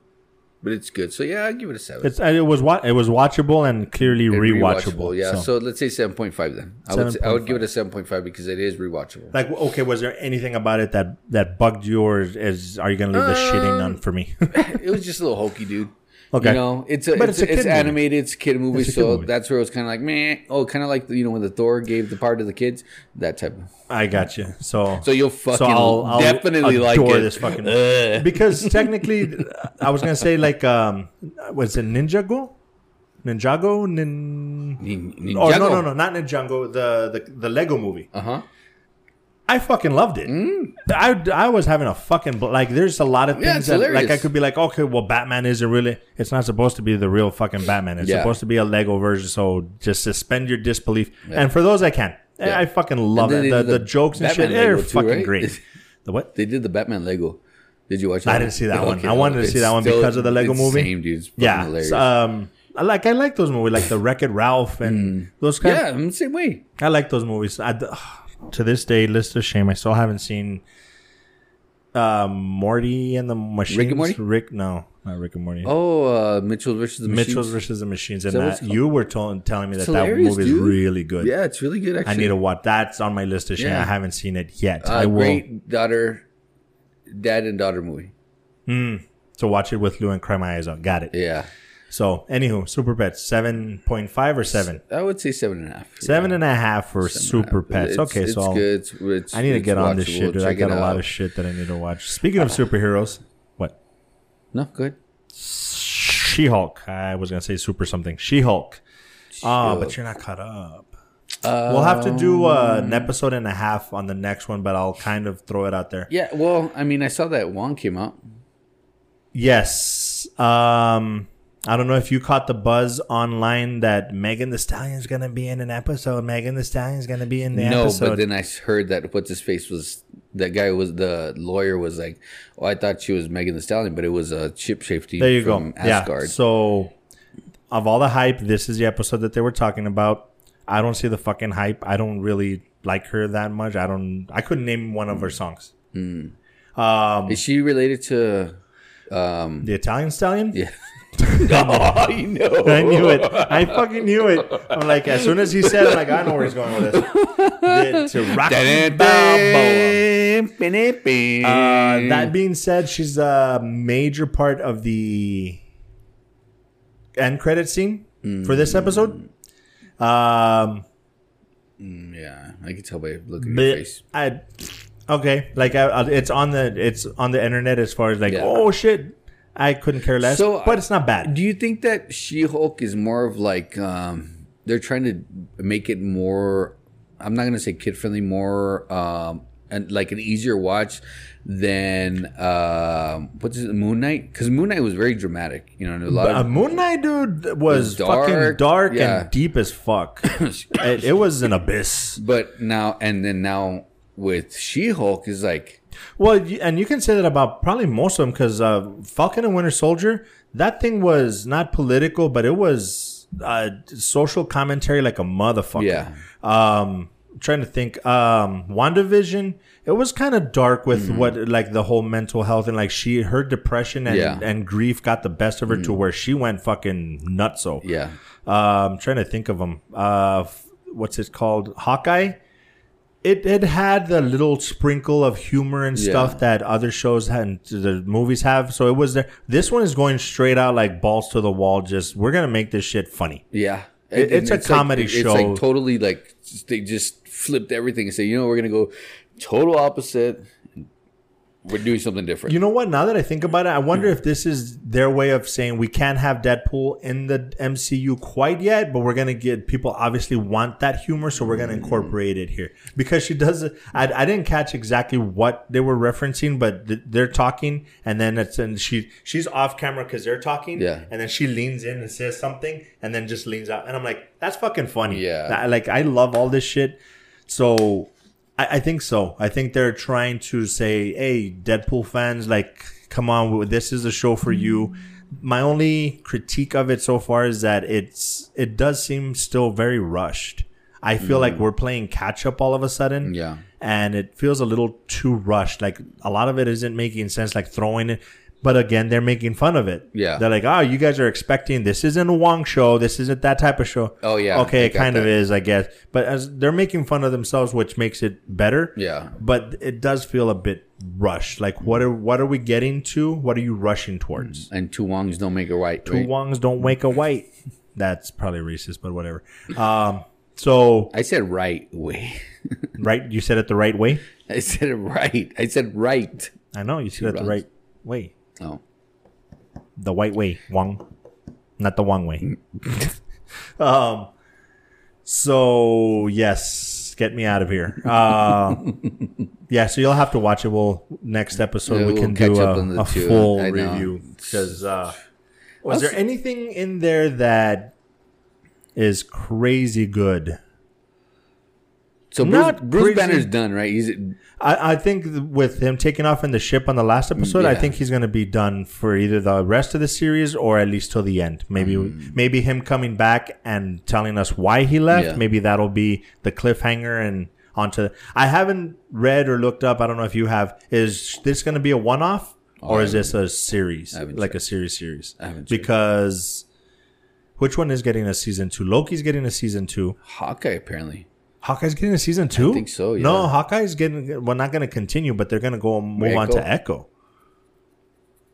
B: but it's good. So yeah, I give it a seven.
A: It's and it was wa- it was watchable and clearly
B: And
A: rewatchable.
B: Yeah. So. let's say seven point five then. I would say, I would give it a seven point five because it is rewatchable.
A: like, okay, was there anything about it that that bugged you, or is, is- are you gonna leave the
B: Um,
A: shitting on for me?
B: it was just a little hokey, dude.
A: Okay.
B: You know, it's a
A: But
B: it's,
A: it's a
B: it's
A: kid movie.
B: animated, it's a kid movie,
A: It's a kid
B: so
A: movie.
B: that's where it was kind of like meh. Oh, kind of like the, you know when the Thor gave the part to the kids, that type. of
A: I got you. So
B: So you'll fucking definitely like
A: adore
B: it.
A: this fucking because technically, I was gonna say like um, was it Ninjago, Ninjago, Nin?
B: Nin-
A: Oh no
B: Ninjago.
A: no no, not Ninjago. The the the Lego movie.
B: Uh huh.
A: I fucking loved it. I, I was having a fucking bl- like. There's a lot of
B: Mm. Yeah,
A: things
B: it's
A: that like I
B: hilarious.
A: could be like, okay, well, Batman isn't really. It's not supposed to be the real fucking Batman. It's
B: Yeah.
A: supposed to be a Lego version. So just suspend your disbelief. And for those I can, I-
B: Yeah.
A: I fucking love
B: And
A: it.
B: then
A: The,
B: they
A: the
B: did the
A: jokes and
B: Batman
A: shit, they're
B: Lego too,
A: fucking
B: right?
A: great. the what?
B: They did the Batman Lego. Did you watch? that
A: I didn't see that one. I wanted to see that one because of the Lego
B: it's
A: movie.
B: Same dude. It's fucking
A: Yeah.
B: hilarious.
A: so, um, I like I like those movies, like the Wreck It Ralph and those kind.
B: Mm. yeah, I'm the same way.
A: I like those movies. I, to this day, list of shame, I still haven't seen uh, Morty and the Machines.
B: and Morty?
A: Rick, no, not Rick and Morty.
B: Oh, uh, Mitchell versus the Machines.
A: Mitchell's versus the Machines, and
B: that what
A: that,
B: it's called?
A: you were telling telling me that
B: It's
A: that
B: hilarious,
A: movie is
B: dude.
A: really good.
B: Yeah, it's really good. Actually, Uh,
A: I need to watch. That's on my list of shame.
B: Yeah.
A: I haven't seen it yet.
B: uh,
A: I will
B: great daughter, dad and daughter movie.
A: to watch it with Lou and cry my eyes out. Got it.
B: Yeah,
A: So, anywho, Super Pets, 7.5 or 7?
B: I would say seven and a half.
A: Seven and a half for
B: Seven and a
A: Super
B: half.
A: Pets.
B: It's-
A: okay,
B: it's
A: so I'll-
B: good. It's- it's-
A: I need to
B: it's
A: get on this
B: watchable.
A: shit, dude. I
B: Check
A: got
B: it
A: a lot
B: out. Uh,
A: of shit that I need to watch. Speaking of superheroes, what?
B: No, good.
A: She Hulk. I was gonna say super something. She Hulk. Ah, but you're not caught up. we'll have to do uh,
B: Um,
A: an episode and a half on the next one, but I'll kind of throw it out there.
B: Yeah, well, I mean, I saw that Wong came out.
A: Yes. Um, I don't know if you caught the buzz online that Megan the Stallion's gonna be in an episode. Megan the Stallion's gonna be in the
B: no,
A: episode.
B: but then I s- heard that what's his face was that guy was the lawyer was like, oh, I thought she was Megan the Stallion, but it was a chip safety
A: There you
B: from
A: go. Yeah.
B: Asgard.
A: So, of all the hype, this is the episode that they were talking about. I don't see the fucking hype. I don't really like her that much. I don't. I couldn't name one of her songs. Um,
B: Is she related to? Um,
A: the Italian Stallion.
B: yeah. oh, you know.
A: I knew it. I fucking knew it. I'm like, as soon as he said, it, I'm like, I know where he's going with this. The- to Rocky Balboa. Uh, that being said, she's a major part of the end credit scene for this episode. Um,
B: yeah, I can tell by looking at your
A: but
B: face.
A: I okay, like I, I- it's on the it's on the internet as far as like
B: Yeah.
A: oh shit, I couldn't care less.
B: So, uh,
A: but it's not bad.
B: Do you think that She Hulk is more of like um, they're trying to make it more? I'm not gonna say kid friendly, more um, and like an easier watch than um, what's it, Moon Knight? Because Moon Knight was very dramatic, you know, and a lot
A: Uh,
B: of
A: Moon Knight, dude, was
B: It was dark,
A: fucking dark
B: yeah.
A: and deep as fuck. it, it was an abyss.
B: but now and then now with She Hulk is like
A: Well, you- and you can say that about probably most of them because uh, Falcon and Winter Soldier, that thing was not political, but it was uh, social commentary like a motherfucker.
B: Yeah.
A: Um, trying to think. Um, WandaVision, it was kind of dark with
B: Mm-hmm.
A: what like the whole mental health and like she her depression and
B: Yeah. Mm.
A: and grief got the best of her to where she went fucking nutso.
B: yeah.
A: Um, trying to think of them. Uh, f- what's it called? Hawkeye. It it had the little sprinkle of humor and stuff
B: Yeah.
A: that other shows had, and the movies have. So it was there. This one is going straight out like balls to the wall. Just we're gonna make this shit funny.
B: Yeah.
A: It-
B: And
A: it's a
B: like-
A: comedy
B: It's
A: show.
B: like totally like they just flipped everything and say, you know, we're gonna go total opposite. We're doing something different.
A: You know what? Now that I think about it, I wonder if this is their way of saying we can't have Deadpool in the MCU quite yet, but we're gonna get people obviously want that humor, so we're
B: Mm.
A: gonna incorporate it here because she does. I, I didn't catch exactly what they were referencing, but th- they're talking, and then it's and she she's off camera because they're talking,
B: Yeah.
A: and then she leans in and says something, and then just leans out, and I'm like, that's fucking funny.
B: Yeah.
A: I- like I love all this shit, so I, I think so. I think they're trying to say, "Hey, Deadpool fans, like, come on, this is a show for you." My only critique of it so far is that it's it does seem still very rushed. I feel like we're playing catch up all of a sudden.
B: Mm. Yeah.
A: And it feels a little too rushed. Like a lot of it isn't making sense, like throwing it. But again, they're making fun of it.
B: Yeah.
A: They're like, oh, you guys are expecting this isn't a Wong show. This isn't that type of show.
B: Oh, yeah.
A: Okay,
B: I
A: it
B: got
A: kind of
B: that.
A: is, I guess. But as they're making fun of themselves, which makes it better.
B: Yeah.
A: But it does feel a bit rushed. Like what are what are we getting to? What are you rushing towards?
B: and two wongs don't make a right.
A: Two
B: Mm. right?
A: Wongs don't wake a white. That's probably racist, but whatever. Um so
B: I said right way.
A: right you said it the right way?
B: I said it right. I said right.
A: I know you said it the
B: wrongs.
A: right way.
B: Oh,
A: the white way, Wong, not the Wong way. um, so yes, get me out of here. Uh, yeah, so you'll have to watch it. We'll next episode
B: Yeah,
A: we
B: we'll
A: can
B: catch
A: do
B: up
A: a,
B: on the
A: a
B: two.
A: full
B: I know.
A: review because uh, was there anything in there that is crazy good?
B: so Bruce,
A: Not
B: Bruce
A: crazy.
B: Banner's done, right? He's
A: I, I think th- with him taking off in the ship on the last episode, I
B: Mm, yeah.
A: think he's going to be done for either the rest of the series or at least till the end. Maybe maybe him coming back and telling us why he left.
B: Mm. Yeah.
A: Maybe that'll be the cliffhanger and onto. I haven't read or looked up. I don't know if you have. Is this going to be a one off or is this a series
B: I Oh, haven't
A: like a
B: checked.
A: series series?
B: I haven't checked.
A: because which one is getting a season two? Loki's getting a season two.
B: Hawkeye apparently.
A: Hawkeye's getting a season two.
B: think so,
A: No,
B: yeah.
A: Hawkeye's getting. Well, not going to continue, but they're going to go and move on
B: Echo?
A: to Echo.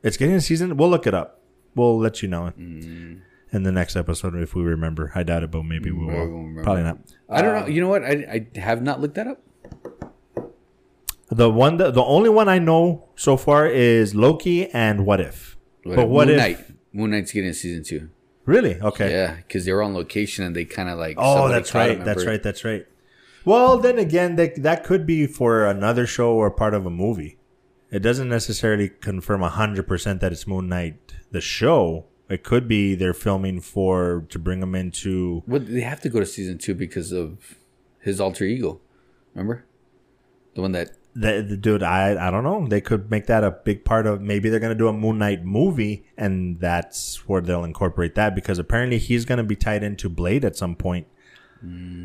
A: It's getting a season. We'll look it up. we'll let you know
B: Mm.
A: in the next episode if we remember. I doubt it, but maybe we
B: Probably Mm, won't
A: will.
B: remember.
A: Probably not.
B: I
A: Uh,
B: don't know. You know what? I, I have not looked that up.
A: The one, that, the only one I know so far is Loki and What If. But what
B: Moon
A: if?
B: Knight. Moon Knight's getting a season two.
A: Really? Okay.
B: Yeah, because they were on location and they kind of like.
A: Oh,
B: somebody
A: that's
B: caught
A: right.
B: him,
A: That's
B: remember?
A: right. That's right. Well, then again, that that could be for another show or part of a movie. It doesn't necessarily confirm hundred percent that it's Moon Knight the show. It could be they're filming for to bring him into.
B: Well, they have to go to season two because of his alter ego. Remember, the one that
A: The, the dude, I I don't know. They could make that a big part of. Maybe they're gonna do a Moon Knight movie, and that's where they'll incorporate that because apparently he's gonna be tied into Blade at some point.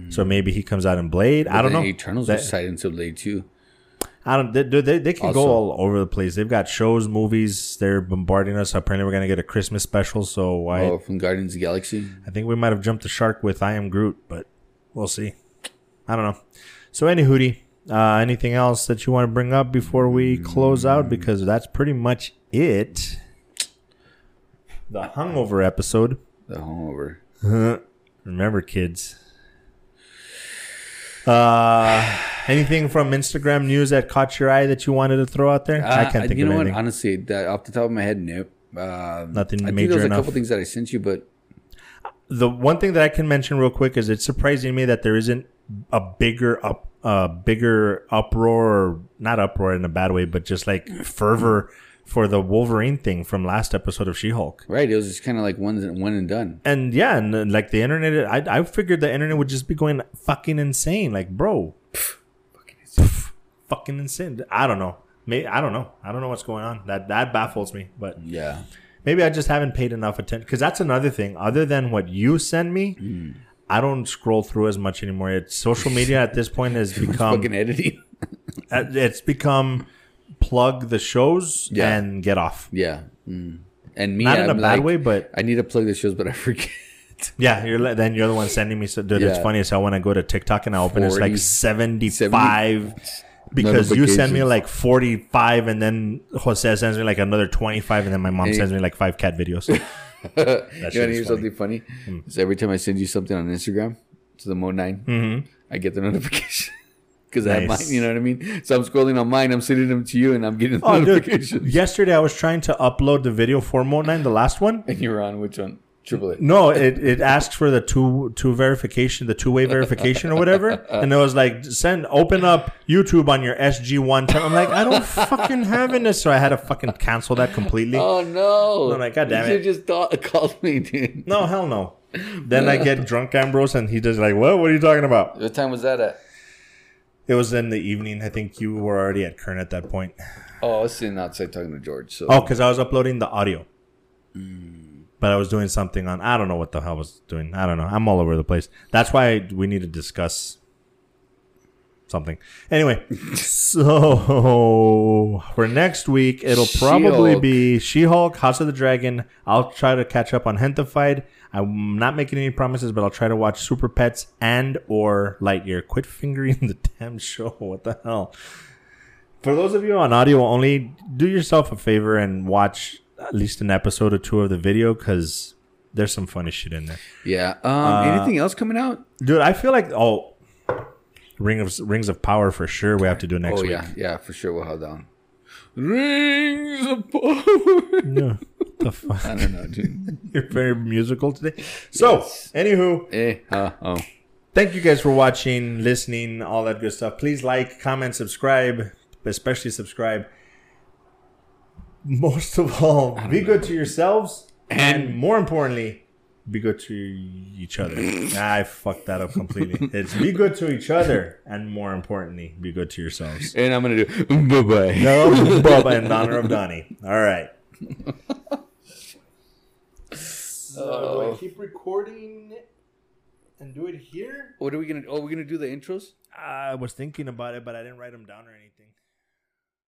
A: So maybe he comes out in Blade. I don't
B: Hmm. then
A: know.
B: Eternals
A: That-
B: was tied into Blade two.
A: I don't. They, they, they can go
B: Also-
A: all over the place. They've got shows, movies. They're bombarding us. Apparently, we're gonna get a Christmas special. So I,
B: Oh, from Guardians of the Galaxy.
A: I think we might have jumped the shark with I Am Groot, but we'll see. I don't know. So any hootie, uh, anything else that you want to bring up before we close
B: Mm.
A: out? Because that's pretty much it. The hungover episode.
B: The Hungover.
A: Remember, kids. Uh, anything from Instagram news that caught your eye that you wanted to throw out there? I
B: Uh,
A: can't think
B: You
A: of
B: know
A: anything.
B: what? Honestly, that off the top of my head, nope. Um,
A: Nothing
B: I think
A: major
B: there was a
A: enough.
B: couple things that I sent you, but
A: the one thing that I can mention real quick is it's surprising me that there isn't a bigger up a bigger uproar or not uproar in a bad way, but just like fervor for the Wolverine thing from last episode of She Hulk.
B: right, it was just kind of like one and one and done.
A: And yeah, and then, like the internet, I, I figured the internet would just be going fucking insane. Like, bro, pff, fucking insane. I don't know. May I don't know. I don't know what's going on. That that baffles me. But
B: Yeah,
A: Maybe I just haven't paid enough attention because that's another thing. Other than what you send me, I don't scroll through as much anymore. It's social media at this point has become
B: fucking editing.
A: uh, it's become plug the shows
B: Yeah.
A: and get off.
B: yeah, mm. and me
A: Not in a
B: I'm
A: bad
B: like,
A: way, but
B: I need to plug the shows, but I forget.
A: yeah, you're li- then you're the one sending me. So dude, it's
B: Yeah.
A: funny. So when I go to TikTok and I open, it's like
B: 40,
A: seventy five. Because you send me
B: notifications.
A: like 45, and then Jose sends me like another 25, and then my mom sends me like five cat videos.
B: you want
A: shit
B: to
A: is funny. Hmm.
B: hear something funny? Is every time I send you something on Instagram to the Mo 9 I get the notification. Because I have
A: Mm-hmm. Nice.
B: mine, you know what I mean? So I'm scrolling on mine, I'm sending them to you, and I'm getting the
A: Oh,
B: notification.
A: dude. Yesterday, I was trying to upload the video for Mode 9, the last one.
B: And you're on which one? Triple A.
A: No, it, it asked for the two two verification, the two way verification or whatever, and it was like send open up YouTube on your SG one. I'm like, I don't fucking have it, so I had to fucking cancel that completely.
B: Oh no!
A: No, no, God damn
B: You
A: it.
B: just thought, called me, dude.
A: No, hell no. Then I get drunk Ambrose, and he does like, well, what are you talking about?
B: What time was that at?
A: It was in the evening. I think you were already at Kern at that point.
B: Oh, I was sitting outside talking to George. So
A: Oh, because I was uploading the audio. But I was doing something on. I don't know what the hell I was doing. I don't know. I'm all over the place. That's why we need to discuss something. Anyway, so for next week, it'll probably
B: She-Hulk.
A: be She Hulk, House of the Dragon. I'll try to catch up on Hentified. I'm not making any promises, but I'll try to watch Super Pets and or Lightyear. Quit fingering the damn show. What the hell? for those of you on audio only, do yourself a favor and watch at least an episode or two of the video because there's some funny shit in there.
B: yeah. Um,
A: Uh,
B: anything else coming out?
A: Dude, I feel like oh, Ring of Rings of Power for sure. We have to do next
B: Oh
A: week.
B: yeah, yeah, for sure. We'll hold on. Rings of power.
A: Yeah. the fuck?
B: I don't know, dude.
A: You're very musical today. So, anywho,
B: eh? Uh, oh.
A: thank you guys for watching, listening, all that good stuff. Please like, comment, subscribe, especially subscribe. Most of all, be good to yourselves, and, more importantly, be good to each other. Nah, I fucked that up completely. It's be good to each other, and more importantly, be good to yourselves.
B: And I'm gonna do bye bye.
A: No, Bubba, in honor of Donnie. All right. So, Uh, do I keep recording and do it here?
B: What are we gonna? Oh, we're gonna do the intros.
A: I was thinking about it, but I didn't write them down or anything.